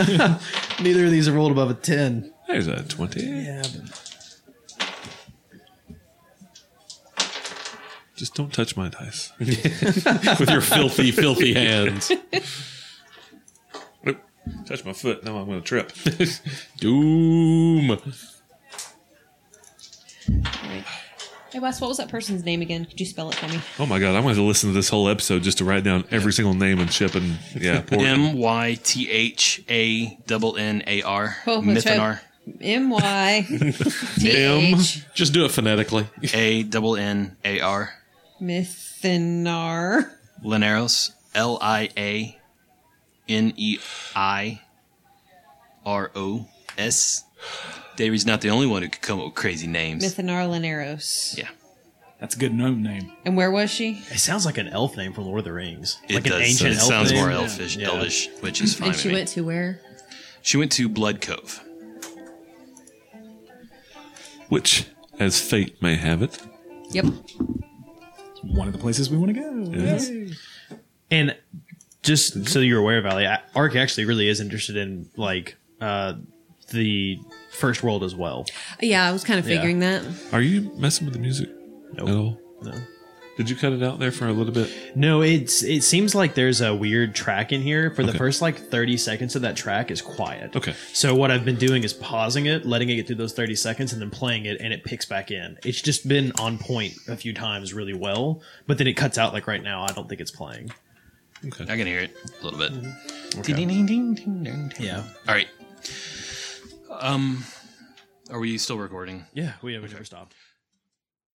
[SPEAKER 9] Neither of these are rolled above a ten.
[SPEAKER 5] There's a 20. Just don't touch my dice.
[SPEAKER 6] *laughs* with your filthy, filthy *laughs* hands.
[SPEAKER 5] Nope. Touch my foot. Now I'm going to trip.
[SPEAKER 6] *laughs* Doom.
[SPEAKER 8] Hey Wes, what was that person's name again? Could you spell it for me?
[SPEAKER 5] Oh my God. I'm going to listen to this whole episode just to write down every single name and ship and yeah. Poor
[SPEAKER 2] M Y T H A double N A R.
[SPEAKER 8] Oh, that's right.
[SPEAKER 9] *laughs*
[SPEAKER 2] Mythanar.
[SPEAKER 8] M Y
[SPEAKER 6] M.
[SPEAKER 8] T
[SPEAKER 6] Just do it phonetically.
[SPEAKER 2] A double N A R.
[SPEAKER 8] Mythanar.
[SPEAKER 2] Lineros. L I A N E I R O S. Davy's not the only one who could come up with crazy names.
[SPEAKER 8] Mythanar Lineros.
[SPEAKER 2] yeah.
[SPEAKER 4] That's a good known name.
[SPEAKER 8] And where was she?
[SPEAKER 9] It sounds like an elf name from Lord of the Rings.
[SPEAKER 2] It
[SPEAKER 9] like
[SPEAKER 2] does.
[SPEAKER 9] an ancient
[SPEAKER 2] it
[SPEAKER 9] elf
[SPEAKER 2] sounds
[SPEAKER 9] name.
[SPEAKER 2] more elfish,
[SPEAKER 9] Yeah.
[SPEAKER 2] elvish, which is fine.
[SPEAKER 8] and
[SPEAKER 2] with
[SPEAKER 8] she
[SPEAKER 2] me.
[SPEAKER 8] went to where?
[SPEAKER 2] she went to Blood Cove.
[SPEAKER 5] Which, as fate may have it,
[SPEAKER 8] Yep.
[SPEAKER 4] One of the places we want to go.
[SPEAKER 5] is
[SPEAKER 9] And just so you're aware, Valley, I- Ark actually really is interested in like uh, the first world as well.
[SPEAKER 8] Yeah, I was kind of figuring that.
[SPEAKER 5] Are you messing with the music at all?
[SPEAKER 9] No.
[SPEAKER 5] Did you cut it out there for a little bit?
[SPEAKER 9] No, it's it seems like there's a weird track in here. For the first like 30 seconds of that track is quiet.
[SPEAKER 5] Okay.
[SPEAKER 9] So what I've been doing is pausing it, letting it get through those 30 seconds, and then playing it, and it picks back in. It's just been on point a few times really well, but then it cuts out like right now. I don't think it's playing.
[SPEAKER 2] I can hear it a little bit.
[SPEAKER 9] Mm-hmm. Yeah.
[SPEAKER 2] All right. Um, are we still recording?
[SPEAKER 9] Yeah, we have never stopped.